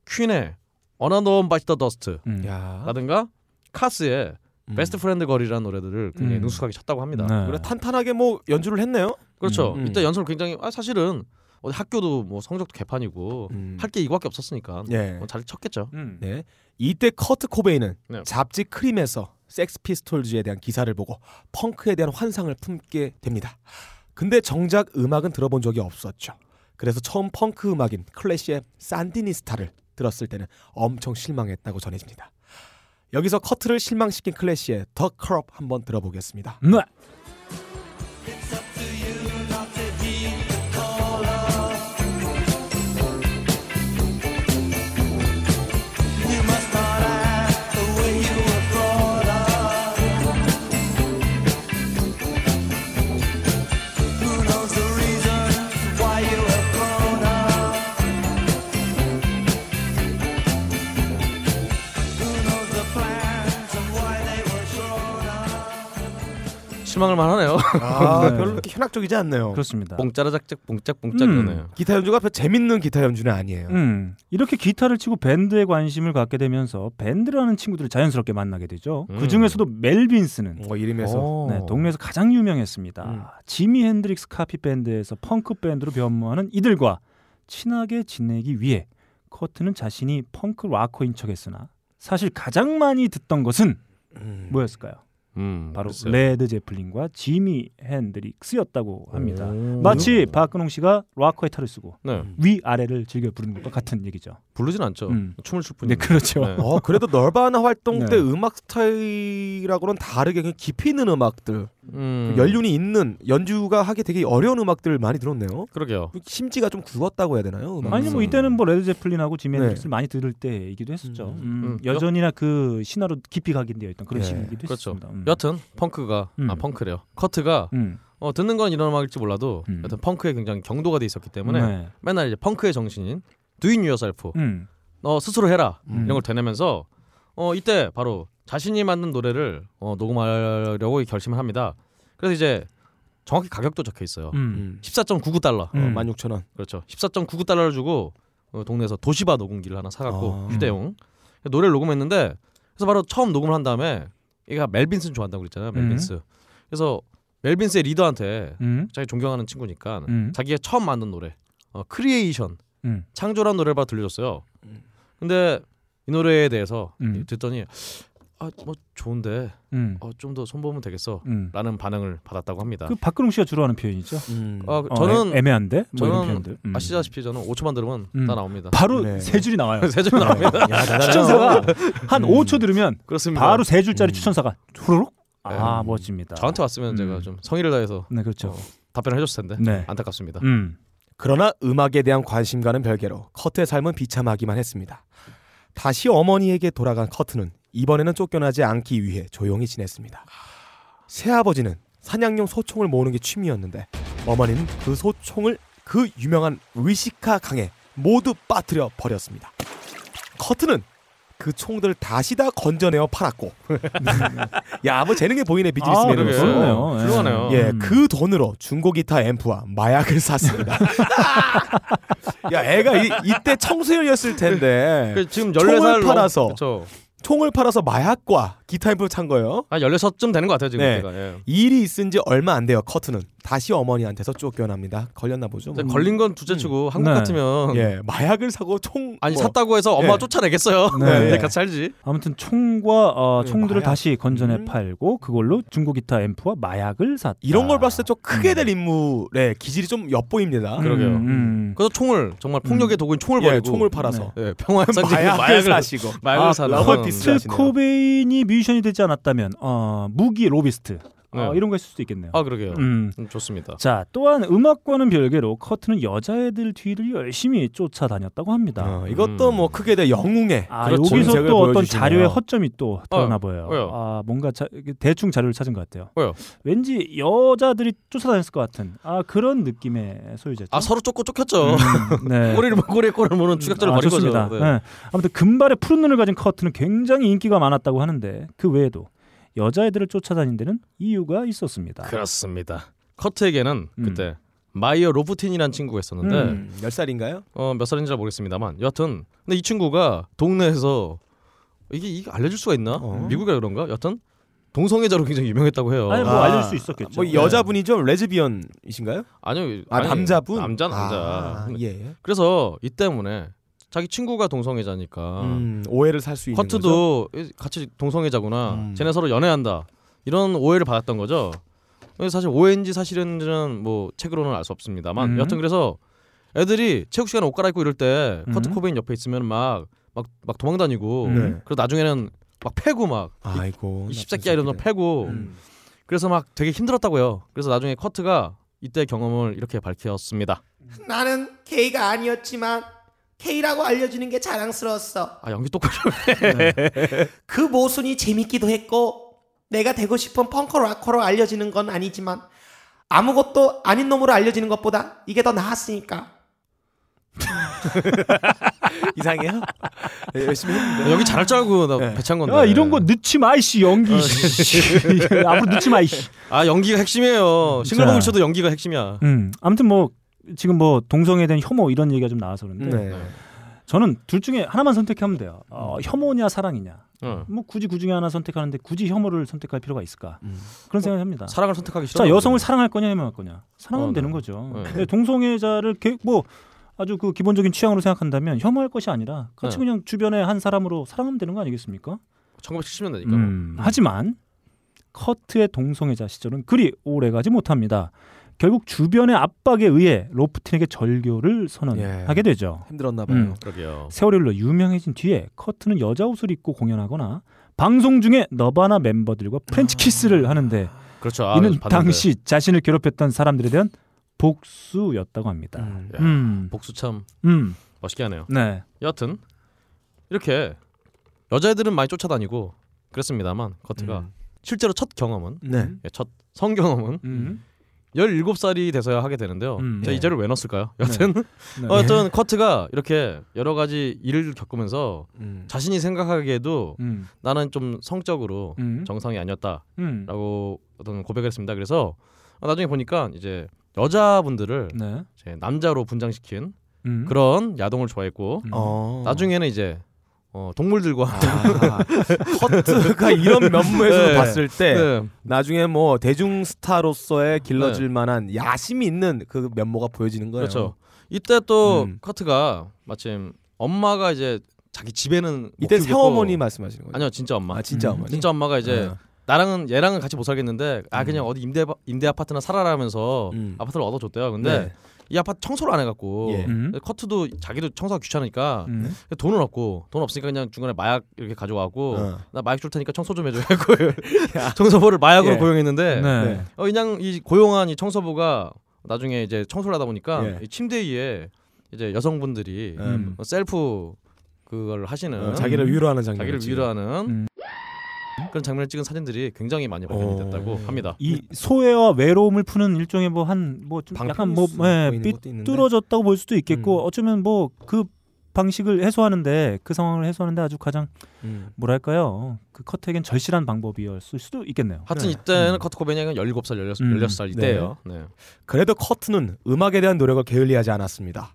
Speaker 2: 퀸의 Another One Bites the Dust
Speaker 1: 음.
Speaker 3: 야.
Speaker 2: 라든가 카스의
Speaker 3: 음.
Speaker 2: 베스트 프렌드 걸이라는 노래들을 굉장히
Speaker 1: 음.
Speaker 2: 능숙하게 쳤다고 합니다.
Speaker 1: 네.
Speaker 3: 그래 탄탄하게 뭐 연주를 했네요.
Speaker 2: 그렇죠.
Speaker 3: 음.
Speaker 2: 이때 연습을 굉장히 아 사실은 어디 학교도 뭐 성적도 개판이고
Speaker 3: 음.
Speaker 2: 할 게 이거밖에 없었으니까
Speaker 1: 네.
Speaker 3: 예.
Speaker 2: 뭐 잘 쳤겠죠.
Speaker 1: 음.
Speaker 3: 네. 이때 커트 코베인은
Speaker 2: 네.
Speaker 3: 잡지 크림에서 섹스 피스톨즈에 대한 기사를 보고 펑크에 대한 환상을 품게 됩니다. 근데 정작 음악은 들어본 적이 없었죠. 그래서 처음 펑크 음악인 클래시의 산디니스타를 들었을 때는 엄청 실망했다고 전해집니다. 여기서 커트를 실망시킨 클래시의 더 크롭 한번 들어보겠습니다.
Speaker 1: 음.
Speaker 2: 실망을 만하네요.
Speaker 3: 아,
Speaker 1: 네.
Speaker 3: 별로 그렇게 현악적이지 않네요.
Speaker 1: 그렇습니다.
Speaker 2: 봉짜라작작 봉짝봉짝 이러네요.
Speaker 3: 기타 연주가 별 재밌는 기타 연주는 아니에요.
Speaker 1: 음, 이렇게 기타를 치고 밴드에 관심을 갖게 되면서 밴드라는 친구들을 자연스럽게 만나게 되죠.
Speaker 2: 음.
Speaker 1: 그 중에서도 멜빈스는
Speaker 3: 어, 이름에서
Speaker 2: 오.
Speaker 1: 네, 동네에서 가장 유명했습니다.
Speaker 3: 음.
Speaker 1: 지미 핸드릭스 카피 밴드에서 펑크 밴드로 변모하는 이들과 친하게 지내기 위해 커트는 자신이 펑크 락커인 척했으나 사실 가장 많이 듣던 것은
Speaker 3: 음.
Speaker 1: 뭐였을까요?
Speaker 2: 음,
Speaker 1: 바로
Speaker 2: 글쎄요.
Speaker 1: 레드 제플린과 지미 핸드릭스였다고 합니다.
Speaker 2: 오.
Speaker 1: 마치 박근홍 씨가 락커의 탈을 쓰고
Speaker 2: 네
Speaker 1: 위 아래를 즐겨 부르는 것과 같은 얘기죠.
Speaker 2: 부르진 않죠.
Speaker 1: 음.
Speaker 2: 춤을 출 뿐이에요.
Speaker 1: 네, 그렇죠.
Speaker 2: 네.
Speaker 3: 어, 그래도 널바나 활동
Speaker 1: 네.
Speaker 3: 때 음악 스타일하고는 다르게 그냥 깊이 있는 음악들,
Speaker 2: 음,
Speaker 1: 그
Speaker 3: 연륜이 있는 연주가 하기 되게 어려운 음악들을 많이 들었네요.
Speaker 2: 그러게요.
Speaker 3: 심지가 좀 굳었다고 해야 되나요? 음악?
Speaker 1: 아니 뭐
Speaker 2: 음.
Speaker 1: 이때는 뭐 레드 제플린하고 지미
Speaker 3: 네.
Speaker 1: 핸드릭스를 많이 들을 때이기도 했었죠. 음,
Speaker 2: 음.
Speaker 1: 여전히나 그 신화로 깊이 각인되어 있던 그런
Speaker 3: 네.
Speaker 1: 시기이기도
Speaker 2: 그렇죠.
Speaker 1: 했습니다. 음.
Speaker 2: 여튼 펑크가
Speaker 1: 음.
Speaker 2: 아 펑크래요. 커트가
Speaker 1: 음.
Speaker 2: 어, 듣는 건 이런 음악일지 몰라도
Speaker 1: 음. 네.
Speaker 2: 여튼 펑크에 굉장히 경도가 돼 있었기 때문에 맨날 이제 펑크의 정신인 doing yourself
Speaker 1: 음.
Speaker 2: 너 어, 스스로 해라
Speaker 1: 음.
Speaker 2: 이런 걸 되내면서 어 이때 바로 자신이 만든 노래를 어, 녹음하려고 결심을 합니다. 그래서 이제 정확히 가격도 적혀 있어요.
Speaker 1: 음.
Speaker 3: 음.
Speaker 2: 14.99달러
Speaker 1: 음.
Speaker 3: 16,000원.
Speaker 2: 그렇죠. 14.99달러를 주고 어, 동네에서 도시바 녹음기를 하나 사갖고
Speaker 3: 아.
Speaker 2: 휴대용 노래를 녹음했는데 그래서 바로 처음 녹음을 한 다음에 얘가 멜빈슨 좋아한다고 그랬잖아요. 멜빈스. 그래서 멜빈스의 리더한테
Speaker 1: 음.
Speaker 2: 자기 존경하는 친구니까
Speaker 1: 음.
Speaker 2: 자기가 처음 만든 노래 어, 크리에이션
Speaker 1: 음.
Speaker 2: 창조란 노래를 바로 들려줬어요. 근데 이 노래에 대해서
Speaker 1: 음.
Speaker 2: 듣더니 아 뭐 좋은데
Speaker 1: 음.
Speaker 2: 어, 좀 더 손보면 되겠어
Speaker 1: 음.
Speaker 2: 라는 반응을 받았다고 합니다.
Speaker 1: 그 박근홍 씨가 주로 하는 표현이죠.
Speaker 3: 음.
Speaker 2: 아,
Speaker 1: 어,
Speaker 2: 저는
Speaker 1: 애- 애매한데 뭐 이런
Speaker 2: 저는
Speaker 1: 표현들. 음.
Speaker 2: 아시다시피 저는 5초만 들으면
Speaker 1: 음.
Speaker 2: 다 나옵니다.
Speaker 1: 바로
Speaker 3: 네.
Speaker 1: 세 줄이 나와요.
Speaker 2: 세줄 나옵니다.
Speaker 1: 추천사가 한 5초 들으면
Speaker 2: 그렇습니다.
Speaker 1: 바로 세 줄짜리
Speaker 3: 음.
Speaker 1: 추천사가 후루룩. 아
Speaker 2: 음.
Speaker 1: 멋집니다.
Speaker 2: 저한테 왔으면
Speaker 1: 음.
Speaker 2: 제가 좀 성의를 다해서
Speaker 1: 네 그렇죠.
Speaker 2: 어, 답변을 해줬을 텐데
Speaker 1: 네.
Speaker 2: 안타깝습니다.
Speaker 1: 음.
Speaker 3: 그러나 음악에 대한 관심과는 별개로 커트의 삶은 비참하기만 했습니다. 다시 어머니에게 돌아간 커트는 이번에는 쫓겨나지 않기 위해 조용히 지냈습니다. 새아버지는 사냥용 소총을 모으는 게 취미였는데 어머니는 그 소총을 그 유명한 위시카 강에 모두 빠뜨려 버렸습니다. 커트는 그 총들을 다시 다 건져내어 팔았고 야 뭐 재능에 보이네 비즈니스맨으로서
Speaker 2: 아,
Speaker 1: 아,
Speaker 2: 그러게.
Speaker 1: 그러네요. 예.
Speaker 2: 훌륭하네요.
Speaker 3: 예,
Speaker 1: 음.
Speaker 3: 그 돈으로 중고 기타 앰프와 마약을 샀습니다. 야, 애가 이, 이때 청소년이었을 텐데
Speaker 2: 그 지금
Speaker 3: 총을
Speaker 2: 14살
Speaker 3: 팔아서.
Speaker 2: 그렇죠.
Speaker 3: 총을 팔아서 마약과 기타 앰프 찬 거예요.
Speaker 2: 한 16쯤 되는 것 같아요 지금
Speaker 3: 네.
Speaker 2: 제가. 예.
Speaker 3: 이 일이 있은 지 얼마 안 돼요. 커트는 다시 어머니한테서 쫓겨납니다. 걸렸나 보죠.
Speaker 2: 근데
Speaker 3: 뭐.
Speaker 2: 걸린 건 둘째치고 한국
Speaker 1: 네.
Speaker 2: 같으면
Speaker 3: 예, 마약을 사고 총
Speaker 2: 음. 아니
Speaker 3: 뭐,
Speaker 2: 샀다고 해서 엄마 가
Speaker 3: 예.
Speaker 2: 쫓아내겠어요.
Speaker 1: 네.
Speaker 2: 네. 같이 살지.
Speaker 1: 아무튼 총과 어,
Speaker 3: 네,
Speaker 1: 총들을
Speaker 3: 마약.
Speaker 1: 다시 건전해
Speaker 3: 음.
Speaker 1: 팔고 그걸로 중고 기타 앰프와 마약을 샀다.
Speaker 3: 이런 걸 봤을 때 좀 크게
Speaker 1: 음.
Speaker 3: 될 인물의 기질이 좀 엿보입니다.
Speaker 2: 그러게요.
Speaker 1: 음, 음.
Speaker 2: 그래서 총을 정말 폭력의 도구인 총을
Speaker 3: 예,
Speaker 2: 버리고
Speaker 3: 총을 팔아서
Speaker 2: 예, 평화의 상징인
Speaker 3: 마약을,
Speaker 2: 마약을
Speaker 3: 사시고
Speaker 2: 마약을
Speaker 1: 아,
Speaker 2: 사는
Speaker 3: 러버 비스.
Speaker 1: 스트
Speaker 3: 비슷하시네요.
Speaker 1: 코베인이 뮤지션이 되지 않았다면 어, 무기 로비스트 어,
Speaker 2: 네.
Speaker 1: 이런 거 했을 수도 있겠네요.
Speaker 2: 아 그러게요.
Speaker 1: 음.
Speaker 2: 음, 좋습니다.
Speaker 1: 자, 또한 음악과는 별개로 커트는 여자애들 뒤를 열심히 쫓아다녔다고 합니다.
Speaker 3: 어, 이것도
Speaker 2: 음.
Speaker 3: 뭐 크게 될 영웅의
Speaker 1: 아,
Speaker 2: 그렇죠.
Speaker 1: 여기서
Speaker 3: 인색을
Speaker 1: 또 어떤
Speaker 3: 보여주시네요.
Speaker 1: 자료의 허점이 또 드러나 보여요.
Speaker 2: 왜요?
Speaker 1: 아, 뭔가 자- 대충 자료를 찾은 것 같아요.
Speaker 2: 왜요?
Speaker 1: 왠지 여자들이 쫓아다녔을 것 같은 아, 그런 느낌의 소유자죠.
Speaker 2: 아 서로 쫓고 쫓겼죠.
Speaker 1: 음, 네.
Speaker 2: 꼬리를 못 꼬리에 꼬리를
Speaker 3: 음.
Speaker 2: 무는
Speaker 3: 아,
Speaker 2: 추격전을 벌인
Speaker 1: 아, 좋습니다.
Speaker 2: 거죠. 네.
Speaker 1: 예. 아무튼 금발의 푸른 눈을 가진 커트는 굉장히 인기가 많았다고 하는데 그 외에도 여자애들을 쫓아다닌 데는 이유가 있었습니다.
Speaker 2: 그렇습니다. 커트에게는
Speaker 1: 음.
Speaker 2: 그때 마이어 로프틴이라는 친구가 있었는데
Speaker 1: 음.
Speaker 3: 몇 살인가요?
Speaker 2: 어, 몇 살인지 잘 모르겠습니다만 여하튼 근데 이 친구가 동네에서 이게, 이게 알려줄 수가 있나?
Speaker 3: 어.
Speaker 2: 미국이라 그런가? 여하튼 동성애자로 굉장히 유명했다고 해요.
Speaker 1: 아니 뭐
Speaker 3: 아,
Speaker 1: 알릴 수 있었겠죠.
Speaker 3: 뭐 여자분이죠? 레즈비언이신가요?
Speaker 2: 아니요,
Speaker 3: 아
Speaker 2: 아니,
Speaker 3: 남자분?
Speaker 2: 남자 남자.
Speaker 3: 아,
Speaker 2: 근데
Speaker 3: 예, 예.
Speaker 2: 그래서 이 때문에 자기 친구가 동성애자니까
Speaker 3: 음, 오해를 살 수 있는 거죠.
Speaker 2: 커트도 같이 동성애자구나.
Speaker 3: 음.
Speaker 2: 쟤네 서로 연애한다. 이런 오해를 받았던 거죠. 그래서 사실 오해인지 사실인지는 뭐 책으로는 알 수 없습니다만
Speaker 1: 음.
Speaker 2: 여튼 그래서 애들이 체육 시간에 옷 갈아입고 이럴 때 커트
Speaker 1: 음.
Speaker 2: 코베인 옆에 있으면 막막 막, 막 도망다니고
Speaker 1: 네.
Speaker 2: 그리고 나중에는 막 패고 막
Speaker 3: 아이고.
Speaker 2: 이 십새끼야 이런 거 패고 그래서 막 되게 힘들었다고요. 그래서 나중에 커트가 이때 경험을 이렇게 밝혔습니다.
Speaker 11: 나는 K가 아니었지만 K라고 알려주는 게 자랑스러웠어.
Speaker 2: 아 연기 똑바로
Speaker 11: 그 모순이 재밌기도 했고 내가 되고 싶은 펑커 락커로 알려지는 건 아니지만 아무것도 아닌 놈으로 알려지는 것보다 이게 더 나았으니까.
Speaker 3: 이상해요? 네, 열심히 했는데.
Speaker 2: 연기 잘할 줄 알고 나
Speaker 3: 네.
Speaker 2: 배찬 건데.
Speaker 1: 야 이런 거 늦지 마 이씨 연기
Speaker 2: 어,
Speaker 1: 앞으로 늦지 마 이씨
Speaker 2: 아 연기가 핵심이에요. 싱글벙글 쳐도 연기가 핵심이야.
Speaker 1: 음 아무튼 뭐 지금 뭐 동성애에 대한 혐오 이런 얘기가 좀 나와서
Speaker 2: 음,
Speaker 1: 그런데
Speaker 3: 네.
Speaker 1: 저는 둘 중에 하나만 선택하면 돼요 어,
Speaker 2: 음.
Speaker 1: 혐오냐 사랑이냐
Speaker 2: 응.
Speaker 1: 뭐 굳이 그 중에 하나 선택하는데 굳이 혐오를 선택할 필요가 있을까
Speaker 2: 음. 뭐
Speaker 1: 그런 생각을 합니다
Speaker 2: 사랑을 선택하기 싫어.
Speaker 1: 자 여성을 사랑할 거냐 해명할 거냐 사랑하면
Speaker 2: 어, 네.
Speaker 1: 되는 거죠
Speaker 2: 네.
Speaker 1: 근데 동성애자를 개- 뭐 아주 그 기본적인 취향으로 생각한다면 혐오할 것이 아니라 같이
Speaker 2: 네.
Speaker 1: 그냥 주변의 한 사람으로 사랑하면 되는 거 아니겠습니까
Speaker 2: 1970년대니까. 뭐.
Speaker 1: 음, 하지만 커트의 동성애자 시절은 그리 오래가지 못합니다. 결국 주변의 압박에 의해 로프틴에게 절교를
Speaker 2: 예.
Speaker 1: 선언하게 되죠.
Speaker 3: 힘들었나 봐요.
Speaker 1: 음.
Speaker 2: 그러게요.
Speaker 1: 세월이 흘러 유명해진 뒤에 커트는 여자 옷을 입고 공연하거나 방송 중에 너바나 멤버들과 프렌치
Speaker 2: 아.
Speaker 1: 키스를 하는데
Speaker 2: 그렇죠. 아,
Speaker 1: 이는
Speaker 2: 봤는데.
Speaker 1: 당시 자신을 괴롭혔던 사람들에 대한 복수였다고 합니다.
Speaker 3: 음.
Speaker 2: 야,
Speaker 1: 음,
Speaker 2: 복수 참
Speaker 1: 음,
Speaker 2: 멋있게 하네요.
Speaker 1: 네,
Speaker 2: 여하튼 이렇게 여자애들은 많이 쫓아다니고 그랬습니다만 커트가
Speaker 3: 음.
Speaker 2: 실제로 첫 경험은
Speaker 3: 네.
Speaker 2: 예, 첫 성경험은
Speaker 1: 음,
Speaker 2: 17살이 돼서야 하게 되는데요.
Speaker 1: 음.
Speaker 2: 제가
Speaker 1: 예.
Speaker 2: 이 자를 왜 넣었을까요? 여튼
Speaker 1: 네.
Speaker 2: 어떤 커트가 이렇게 여러 가지 일을 겪으면서
Speaker 3: 음.
Speaker 2: 자신이 생각하기에도
Speaker 1: 음,
Speaker 2: 나는 좀 성적으로
Speaker 1: 음,
Speaker 2: 정상이 아니었다라고
Speaker 1: 음,
Speaker 2: 어떤 고백을 했습니다. 그래서 어, 나중에 보니까 이제 여자분들을
Speaker 3: 음.
Speaker 1: 네,
Speaker 2: 이제 남자로 분장시킨
Speaker 1: 음,
Speaker 2: 그런 야동을 좋아했고
Speaker 1: 음.
Speaker 3: 어.
Speaker 2: 나중에는 이제 어, 동물들과
Speaker 3: 아, 커트가 이런 면모에서
Speaker 2: 네.
Speaker 3: 봤을 때
Speaker 2: 네.
Speaker 3: 나중에 뭐 대중 스타로서의 길러질
Speaker 2: 네.
Speaker 3: 만한 야심이 있는 그 면모가 보여지는 거예요.
Speaker 2: 그렇죠. 이때 또
Speaker 3: 음.
Speaker 2: 커트가 마침 엄마가 이제 자기 집에는 못
Speaker 3: 이때
Speaker 2: 키우겠고-
Speaker 3: 새어머니 말씀하시는 거죠?
Speaker 2: 아니요 진짜 엄마
Speaker 3: 아 진짜
Speaker 1: 음.
Speaker 3: 어머니.
Speaker 2: 진짜 엄마가 이제
Speaker 3: 아.
Speaker 2: 나랑은 얘랑은 같이 못 살겠는데 아 그냥 어디 임대 임대 아파트나 살아라면서
Speaker 3: 음.
Speaker 2: 아파트를 얻어줬대요. 근데
Speaker 3: 네.
Speaker 2: 이 아파트 청소를 안 해갖고
Speaker 3: 예.
Speaker 1: 음.
Speaker 2: 커트도 자기도 청소가 귀찮으니까
Speaker 1: 음.
Speaker 2: 그러니까 돈은 없고 돈 없으니까 그냥 중간에 마약 이렇게 가져가고
Speaker 3: 어.
Speaker 2: 나 마약 줄 테니까 청소 좀 해줘 해갖고 청소부를 마약으로
Speaker 3: 예.
Speaker 2: 고용했는데
Speaker 1: 네.
Speaker 3: 네.
Speaker 2: 어, 그냥 이 고용한 이 청소부가 나중에 이제 청소를 하다 보니까
Speaker 3: 예.
Speaker 2: 이 침대 위에 이제 여성분들이
Speaker 1: 음.
Speaker 2: 어, 셀프 그걸 하시는
Speaker 3: 어, 자기를 위로하는 장면.
Speaker 2: 자기를
Speaker 3: 있지.
Speaker 2: 위로하는
Speaker 1: 음.
Speaker 2: 그런 장면을 찍은 사진들이 굉장히 많이 발견이
Speaker 3: 어.
Speaker 2: 됐다고
Speaker 3: 네.
Speaker 2: 합니다.
Speaker 1: 이 소외와 외로움을 푸는 일종의 뭐 한 뭐 좀 약간 뭐 예,
Speaker 3: 뚫어
Speaker 1: 삐뚤어졌다고 볼 수도 있겠고
Speaker 3: 음.
Speaker 1: 어쩌면 뭐 그 방식을 해소하는데 그 상황을 해소하는데 아주 가장 음. 뭐랄까요 그 커트에겐 절실한 방법이었을 수도 있겠네요.
Speaker 2: 하여튼 이때는
Speaker 3: 음.
Speaker 2: 커트 코베니가 17살, 16,
Speaker 1: 음.
Speaker 2: 16살 이때예요. 네.
Speaker 3: 그래도 커트는 음악에 대한 노력을 게을리하지 않았습니다.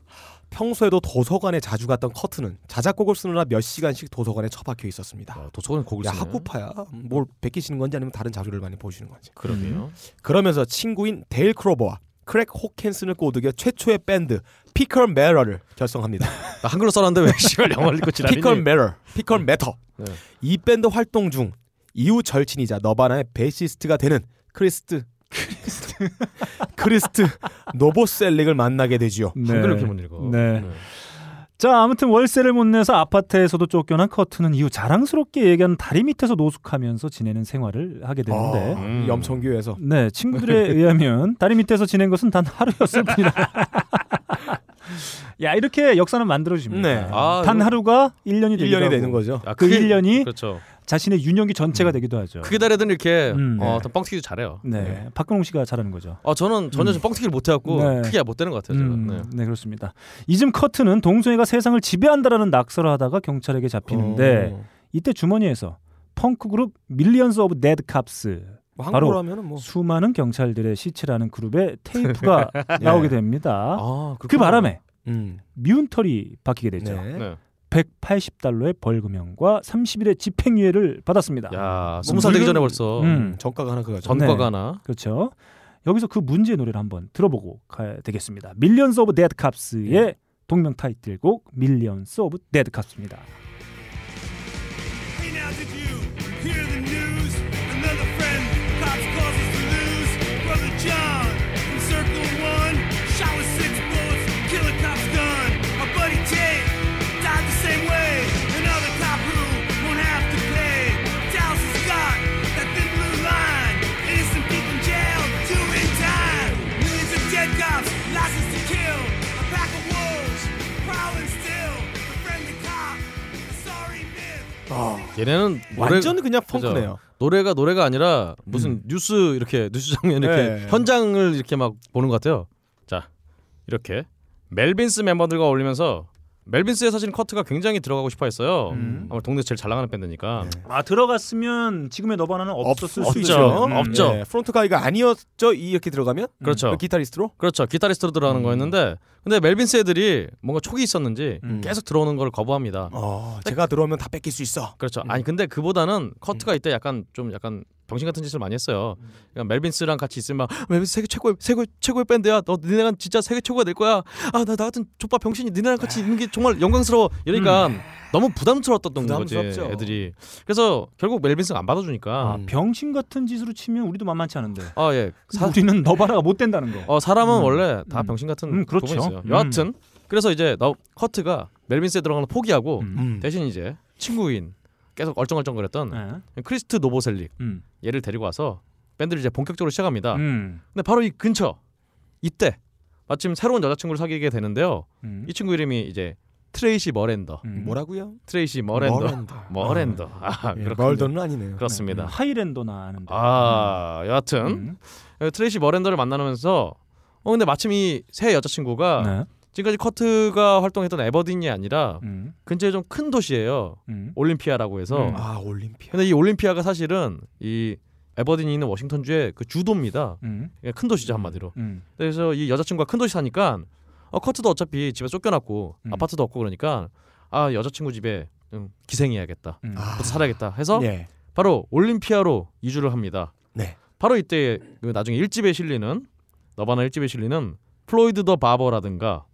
Speaker 3: 평소에도 도서관에 자주 갔던 커트는 자작곡을 쓰느라 몇 시간씩 도서관에 처박혀 있었습니다.
Speaker 2: 야, 도서관에 곡을
Speaker 3: 야
Speaker 2: 쓰네.
Speaker 3: 학구파야. 뭘 베끼시는 건지 아니면 다른 자료를 많이 보시는 건지.
Speaker 2: 그러게요.
Speaker 3: 음. 그러면서 친구인 데일 크로버와 크랙 호켄슨을 꼬드겨 최초의 밴드 피컬 메러를 결성합니다.
Speaker 2: 나 한글로 써놨는데 왜 씨발 영어를 읽고 지랄이니?
Speaker 3: 피컬 메러, 피컬 메터.
Speaker 2: 네.
Speaker 3: 이 밴드 활동 중 이후 절친이자 너바나의 베시스트가 되는 크리스트 크리스트 노보셀릭을 만나게 되지요.
Speaker 1: 네.
Speaker 2: 한글로 이렇게 못 읽어.
Speaker 1: 네. 자 아무튼 월세를 못 내서 아파트에서도 쫓겨난 커트는 이후 자랑스럽게 얘기한 다리 밑에서 노숙하면서 지내는 생활을 하게 되는데
Speaker 3: 아, 염청교에서
Speaker 1: 네, 친구들에 의하면 다리 밑에서 지낸 것은 단 하루였을 뿐이다. 야, 이렇게 역사는 만들어 주십니다.
Speaker 3: 네.
Speaker 2: 아,
Speaker 1: 단
Speaker 2: 이거-
Speaker 1: 하루가 1년이 되기도
Speaker 3: 1년이
Speaker 1: 하고
Speaker 3: 되는 거죠.
Speaker 2: 아,
Speaker 1: 그
Speaker 2: 그게-
Speaker 1: 1년이
Speaker 2: 그렇죠.
Speaker 1: 자신의 윤영기 전체가 되기도 하죠.
Speaker 2: 음. 그게 다르든 이렇게
Speaker 1: 음.
Speaker 2: 어, 어떤 뻥튀기도 잘해요.
Speaker 1: 네. 박근홍 씨가 잘하는 거죠.
Speaker 2: 어, 저는 전혀 좀 뻥튀기를 못해갖고
Speaker 1: 네.
Speaker 2: 크게 못 되는 것 같아요. 제가.
Speaker 1: 음,
Speaker 2: 네.
Speaker 1: 네, 그렇습니다. 이즘 커트는 동성애가 세상을 지배한다라는 낙서를 하다가 경찰에게 잡히는데
Speaker 3: 어,
Speaker 1: 이때 주머니에서 펑크 그룹 밀리언스 오브 데드 캅스
Speaker 3: 뭐
Speaker 1: 바로
Speaker 3: 한국어로 하면은 뭐
Speaker 1: 수많은 경찰들의 시체라는 그룹의 테이프가 나오게 됩니다.
Speaker 2: 네. 아,
Speaker 1: 그
Speaker 2: 그렇구나.
Speaker 1: 바람에
Speaker 3: 음.
Speaker 1: 미운 털이 박히게 되죠.
Speaker 3: 네.
Speaker 2: 네.
Speaker 1: 180달러의 벌금형과 30일의 집행유예를 받았습니다.
Speaker 2: 야, 스무 살 되기
Speaker 3: 늙은-
Speaker 2: 전에 벌써
Speaker 1: 아, 음,
Speaker 3: 전과가 하나 그거죠.
Speaker 1: 전-
Speaker 2: 전과가
Speaker 1: 네.
Speaker 2: 하나.
Speaker 1: 그렇죠. 여기서 그 문제 노래를 한번 들어보고 가야 되겠습니다. 밀리언스 오브 데드 캅스의 동명 타이틀곡 밀리언스 오브 데드 캅스입니다.
Speaker 4: Hey now, did you hear the news? Another friend, cops causes to lose. Brother
Speaker 2: 걔네는 노래,
Speaker 3: 완전 그냥
Speaker 2: 그죠.
Speaker 3: 펑크네요.
Speaker 2: 노래가 노래가 아니라 무슨 뉴스 이렇게 뉴스 장면 이렇게
Speaker 3: 네.
Speaker 2: 현장을 이렇게 막 보는 것 같아요. 자 이렇게 멜빈스 멤버들과 어울리면서 멜빈스의 사실 커트가 굉장히 들어가고 싶어했어요.
Speaker 3: 음.
Speaker 2: 아무래도 동네에서 제일 잘 나가는 밴드니까.
Speaker 1: 아 들어갔으면 지금의 너바나는 없었을 수
Speaker 2: 없죠.
Speaker 1: 있죠. 음.
Speaker 2: 없죠.
Speaker 3: 네, 프론트 가이가 아니었죠. 이- 이렇게 들어가면
Speaker 2: 그렇죠.
Speaker 3: 그 기타리스트로.
Speaker 2: 그렇죠. 기타리스트로 들어가는 거였는데 근데 멜빈스 애들이 뭔가 촉이 있었는지
Speaker 3: 음.
Speaker 2: 계속 들어오는 걸 거부합니다.
Speaker 3: 어, 음. 제가 들어오면 다 뺏길 수 있어.
Speaker 2: 그렇죠. 아니 근데 그보다는
Speaker 3: 음.
Speaker 2: 커트가 이때 약간 좀 약간 병신 같은 짓을 많이 했어요. 그러니까 멜빈스랑 같이 있으면 막, "아, 멜빈스 세계 최고의 최고 최고의 밴드야. 너 니네가 진짜 세계 최고가 될 거야. 아나 나 같은 족밥 병신이 니네랑 같이 있는 게 정말 영광스러워. 이러니까 너무 부담스러웠던 거지
Speaker 3: 음. 부담스럽죠.
Speaker 2: 애들이. 그래서 결국 멜빈스가 안 받아주니까
Speaker 1: 아,
Speaker 3: 음.
Speaker 1: 병신 같은 짓으로 치면 우리도 만만치 않은데.
Speaker 2: 아 예.
Speaker 1: 사... 우리는 너바나가 못 된다는 거.
Speaker 2: 어 사람은 원래 다
Speaker 1: 음.
Speaker 2: 병신 같은
Speaker 1: 음, 그렇죠.
Speaker 2: 부분이 있어요.
Speaker 1: 음.
Speaker 2: 여하튼 그래서 이제 너 커트가 멜빈스에 들어가는 걸 포기하고
Speaker 1: 음.
Speaker 3: 네.
Speaker 2: 대신 이제 친구인
Speaker 3: 음.
Speaker 2: 계속 얼쩡얼쩡거렸던
Speaker 1: 네.
Speaker 2: 크리스트 노보셀릭
Speaker 1: 음.
Speaker 2: 얘를 데리고 와서 밴드를 이제 본격적으로 시작합니다.
Speaker 1: 음.
Speaker 2: 근데 바로 이 근처 이때 마침 새로운 여자친구를 사귀게 되는데요.
Speaker 1: 음.
Speaker 2: 이 친구 이름이 이제 트레이시 머랜더.
Speaker 1: 음.
Speaker 3: 뭐라고요?
Speaker 2: 트레이시 머랜더.
Speaker 3: 멀랜더.
Speaker 2: 머랜더.
Speaker 1: 네.
Speaker 2: 아,
Speaker 3: 예,
Speaker 2: 그렇군요.
Speaker 3: 멀더는 아니네요.
Speaker 2: 그렇습니다.
Speaker 1: 하이랜더나 하는데.
Speaker 2: 아, 여하튼
Speaker 1: 음.
Speaker 2: 트레이시 머랜더를 만나면서 어 근데 마침 이 새 여자친구가
Speaker 1: 네.
Speaker 2: 지금까지 커트가 활동했던 에버딘이 아니라
Speaker 1: 음.
Speaker 2: 근처에 좀 큰 도시예요.
Speaker 1: 음.
Speaker 2: 올림피아라고 해서.
Speaker 1: 음.
Speaker 3: 아 올림피아.
Speaker 2: 근데 이 올림피아가 사실은 이 에버딘이 있는 워싱턴 주의 그 주도입니다.
Speaker 1: 음.
Speaker 2: 그냥 큰 도시죠 한마디로.
Speaker 1: 음.
Speaker 2: 그래서 이 여자친구가 큰 도시 사니까 어, 커트도 어차피 집에 쫓겨났고
Speaker 1: 음.
Speaker 2: 아파트도 없고 그러니까 아 여자친구 집에 좀 기생해야겠다.
Speaker 1: 음.
Speaker 3: 아.
Speaker 2: 또 살아야겠다 해서
Speaker 1: 네.
Speaker 3: 예.
Speaker 2: 바로 올림피아로 이주를 합니다.
Speaker 3: 네.
Speaker 2: 바로 이때 그 나중에 1집에 실리는 너바나 1집에 실리는 플로이드 더 바버라든가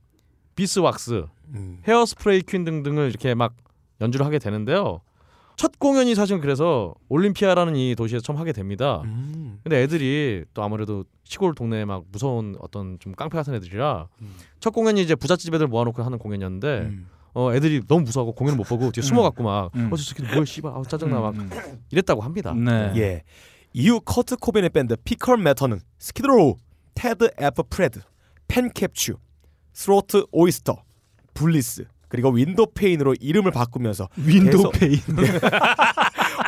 Speaker 2: 비스왁스,
Speaker 3: 음.
Speaker 2: 헤어스프레이 퀸 등등을 이렇게 막 연주를 하게 되는데요. 첫 공연이 사실 그래서 올림피아라는 이 도시에서 처음 하게 됩니다.
Speaker 3: 음.
Speaker 2: 근데 애들이 또 아무래도 시골 동네에 막 무서운 어떤 좀 깡패 같은 애들이라 첫 공연이 이제 부잣집 애들 모아놓고 하는 공연이었는데
Speaker 3: 음.
Speaker 2: 어 애들이 너무 무서워하고 공연을 못 보고 뒤에 숨어갖고 막
Speaker 1: 음.
Speaker 2: 어저 새끼 뭐야 씨발 아우 짜증나 막
Speaker 1: 음.
Speaker 2: 이랬다고 합니다.
Speaker 1: 네.
Speaker 3: 예. 이후 커트 코벤의 밴드 피컬 매터는 스키드로우, 테드 에프 프레드, 펜캡츄, 스로트 오이스터, 블리스 그리고 윈도우 페인으로 이름을 바꾸면서
Speaker 1: 윈도우
Speaker 3: 계속-
Speaker 1: 페인.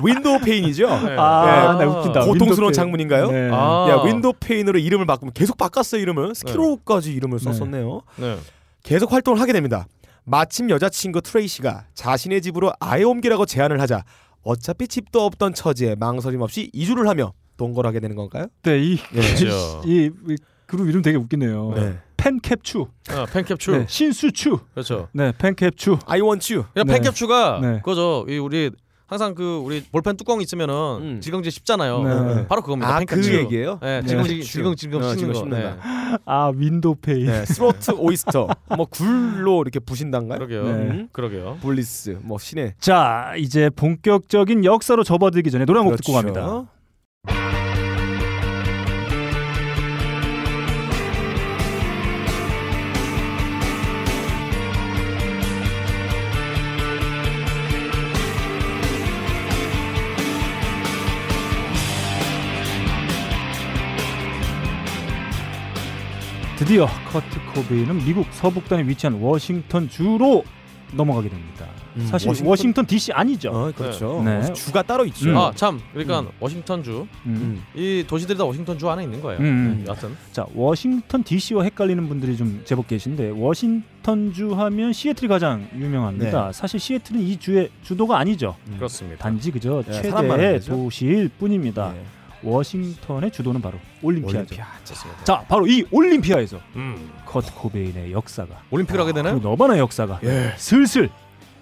Speaker 3: 윈도우 페인이죠.
Speaker 1: 아,
Speaker 2: 예.
Speaker 1: 나 웃긴다.
Speaker 3: 고통스러운
Speaker 1: 윈도우 페인.
Speaker 3: 장문인가요?
Speaker 1: 네.
Speaker 2: 아.
Speaker 3: 야 윈도우 페인으로 이름을 바꾸면 계속 바꿨어 이름을 스키로우까지 이름을 썼었네요.
Speaker 2: 네.
Speaker 3: 계속 활동을 하게 됩니다. 마침 여자친구 트레이시가 자신의 집으로 아예 옮기라고 제안을 하자 어차피 집도 없던 처지에 망설임 없이 이주를 하며 동거하게 를 되는 건가요?
Speaker 1: 네, 이,
Speaker 2: 그렇죠.
Speaker 1: 이, 이 그룹 이름 되게 웃기네요.
Speaker 3: 네.
Speaker 1: 팬캡추,
Speaker 2: 어, 팬캡추
Speaker 1: 네, 신수추,
Speaker 2: 그렇죠.
Speaker 1: 네, 팬캡추.
Speaker 3: I want you.
Speaker 2: 그러니까
Speaker 1: 네.
Speaker 2: 팬캡추가
Speaker 1: 네.
Speaker 2: 그거죠. 이 우리 항상 그 우리 볼펜 뚜껑 있으면은
Speaker 3: 음.
Speaker 2: 지경질 씹잖아요.
Speaker 1: 네.
Speaker 2: 바로 그겁니다.
Speaker 3: 아
Speaker 2: 팬캡추.
Speaker 3: 그 얘기예요?
Speaker 2: 네,
Speaker 3: 네.
Speaker 2: 지경질
Speaker 3: 팬캡추.
Speaker 2: 지경 지금
Speaker 3: 어,
Speaker 2: 씹는
Speaker 3: 지금
Speaker 2: 거. 네.
Speaker 3: 씹는다.
Speaker 1: 아, 윈도우 페인.
Speaker 3: 네, 스로트 오이스터, 뭐 굴로 이렇게 부신단가요?
Speaker 2: 그러게요.
Speaker 1: 네.
Speaker 2: 음, 그러게요.
Speaker 3: 블리스, 뭐 신의
Speaker 1: 자, 이제 본격적인 역사로 접어들기 전에 노래 한
Speaker 3: 그렇죠.
Speaker 1: 곡 듣고 갑니다. 드디어 커트 코베인은 미국 서북단에 위치한 워싱턴 주로 넘어가게 됩니다.
Speaker 3: 음,
Speaker 1: 사실 워싱턴,
Speaker 3: 워싱턴-
Speaker 1: DC 아니죠.
Speaker 3: 어, 그렇죠.
Speaker 1: 네.
Speaker 3: 뭐 주가 따로 있죠.
Speaker 1: 음.
Speaker 2: 아 참 그러니까 워싱턴 주
Speaker 1: 음.
Speaker 3: 음.
Speaker 2: 이 도시들이 다 워싱턴 주 안에 있는 거예요.
Speaker 1: 음.
Speaker 2: 네, 여하튼
Speaker 1: 자, 워싱턴 DC와 헷갈리는 분들이 좀 제법 계신데 워싱턴 주 하면 시애틀이 가장 유명합니다. 사실 시애틀은 이 주의 주도가 아니죠.
Speaker 2: 그렇습니다.
Speaker 1: 단지 그저
Speaker 3: 예, 사람 많은
Speaker 1: 최대의
Speaker 3: 데죠.
Speaker 1: 도시일 뿐입니다.
Speaker 3: 네.
Speaker 1: 워싱턴의 주도는 바로 올림피아죠.
Speaker 3: 올림피아.
Speaker 1: 자, 바로 이 올림피아에서
Speaker 2: 음.
Speaker 1: 커트 코베인의 역사가
Speaker 2: 올림픽을 하게
Speaker 1: 그리고
Speaker 2: 되는
Speaker 1: 너바나의 역사가
Speaker 3: 예. 아.
Speaker 1: 슬슬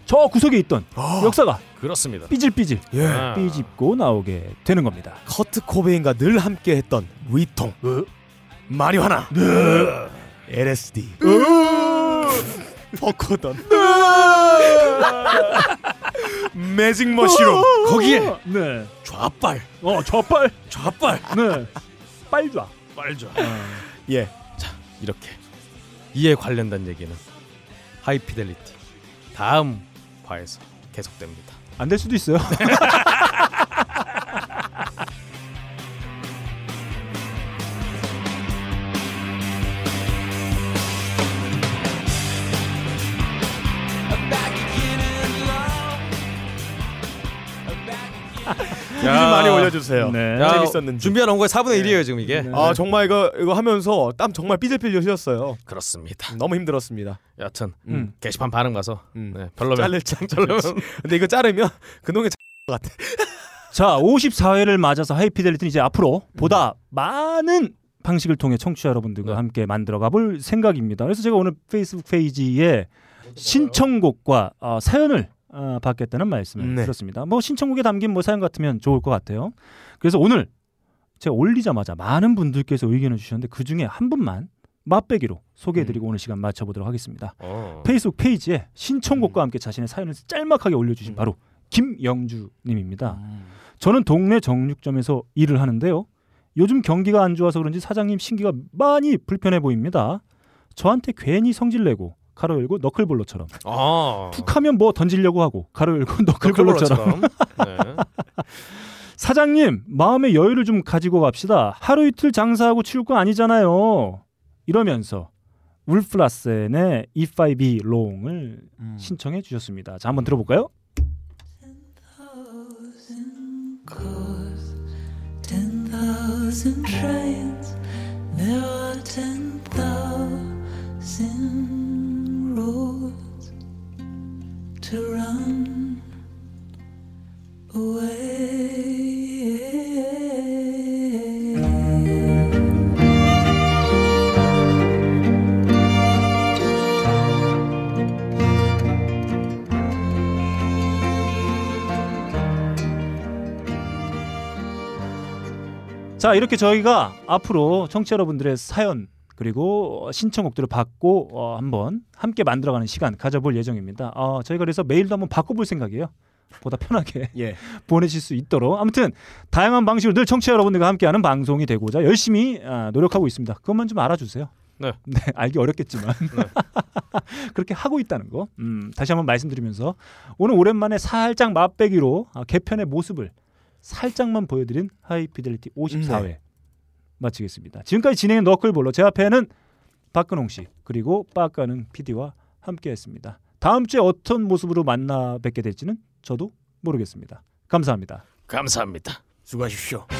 Speaker 1: 저 구석에 있던 역사가
Speaker 2: 그렇습니다.
Speaker 1: 삐질삐질
Speaker 3: 예.
Speaker 2: 아.
Speaker 1: 삐집고 나오게 되는 겁니다.
Speaker 3: 커트 코베인과 늘 함께했던 위통,
Speaker 1: 네.
Speaker 3: 마리화나, LSD,
Speaker 1: 네.
Speaker 3: 버커던, 매직 머시룸 거기에
Speaker 1: 네,
Speaker 2: 아, 좌빨,
Speaker 1: 어 저빨,
Speaker 2: 좌빨,
Speaker 1: 네, 빨좌.
Speaker 2: 빨죠.
Speaker 1: 아.
Speaker 3: 예
Speaker 2: 이렇게 이에 관련된 얘기는 하이피델리티 다음 과에서 계속됩니다.
Speaker 1: 안 될 수도 있어요.
Speaker 4: back again in love.
Speaker 12: 후기 좀 많이 올려주세요.
Speaker 1: 네.
Speaker 2: 야,
Speaker 12: 재밌었는지.
Speaker 2: 준비한 원고의 4분의 1이에요 지금 이게.
Speaker 12: 아 정말 이거 이거 하면서 땀 정말 삐질삐질 흘렸어요.
Speaker 2: 그렇습니다.
Speaker 12: 너무 힘들었습니다.
Speaker 2: 여튼
Speaker 12: 음.
Speaker 2: 게시판 반응 봐서
Speaker 12: 음.
Speaker 2: 네, 별로면
Speaker 12: 자를 짱
Speaker 2: 별로면
Speaker 12: 근데 이거 자르면 그놈의
Speaker 1: 자, 54회를 맞아서 하이피델리티는 이제 앞으로 보다 많은 방식을 통해 청취자 여러분들과 함께 만들어가 볼 생각입니다. 그래서 제가 오늘 페이스북 페이지에 신청곡과 어, 사연을 어, 받겠다는 말씀을
Speaker 12: 네.
Speaker 1: 드렸습니다. 뭐 신청곡에 담긴 뭐 사연 같으면 좋을 것 같아요. 그래서 오늘 제가 올리자마자 많은 분들께서 의견을 주셨는데 그 중에 한 분만 맛배기로 소개해드리고 오늘 시간 마쳐보도록 하겠습니다.
Speaker 2: 어.
Speaker 1: 페이스북 페이지에 신청곡과 함께 자신의 사연을 짤막하게 올려주신 바로 김영주님입니다. 저는 동네 정육점에서 일을 하는데요. 요즘 경기가 안 좋아서 그런지 사장님 신기가 많이 불편해 보입니다. 저한테 괜히 성질내고 가로 열고 너클볼러처럼
Speaker 2: 아.
Speaker 1: 툭하면 뭐 던지려고 하고 가로 열고 어.
Speaker 12: 그
Speaker 1: 너클볼러처럼
Speaker 2: 너클볼러처럼. 네.
Speaker 1: 사장님 마음의 여유를 좀 가지고 갑시다. 하루 이틀 장사하고 치울 거 아니잖아요. 이러면서 울프라센의 E If I Be Wrong을
Speaker 12: 음.
Speaker 3: 음.
Speaker 1: 신청해 주셨습니다. 자 한번 들어볼까요?
Speaker 13: Ten thousand trains, there are ten thousand roads to run away.
Speaker 1: 자 이렇게 저희가 앞으로 청취자 여러분들의 사연 그리고 어, 신청곡들을 받고 어, 한번 함께 만들어가는 시간 가져볼 예정입니다. 어, 저희가 그래서 메일도 한번 바꿔볼 생각이에요. 보다 편하게
Speaker 12: 예.
Speaker 1: 보내실 수 있도록 아무튼 다양한 방식으로 늘 청취자 여러분들과 함께하는 방송이 되고자 열심히 아, 노력하고 있습니다. 그것만 좀 알아주세요.
Speaker 2: 네.
Speaker 1: 알기 어렵겠지만 그렇게 하고 있다는 거 음, 다시 한번 말씀드리면서 오늘 오랜만에 살짝 맛배기로 아, 개편의 모습을 살짝만 보여드린 하이피델리티 54회 마치겠습니다. 지금까지 진행은 너클볼러 제 앞에는 박근홍 씨 그리고 빠까는 PD와 함께했습니다. 다음 주에 어떤 모습으로 만나 뵙게 될지는 저도 모르겠습니다. 감사합니다.
Speaker 2: 감사합니다.
Speaker 12: 수고하십시오.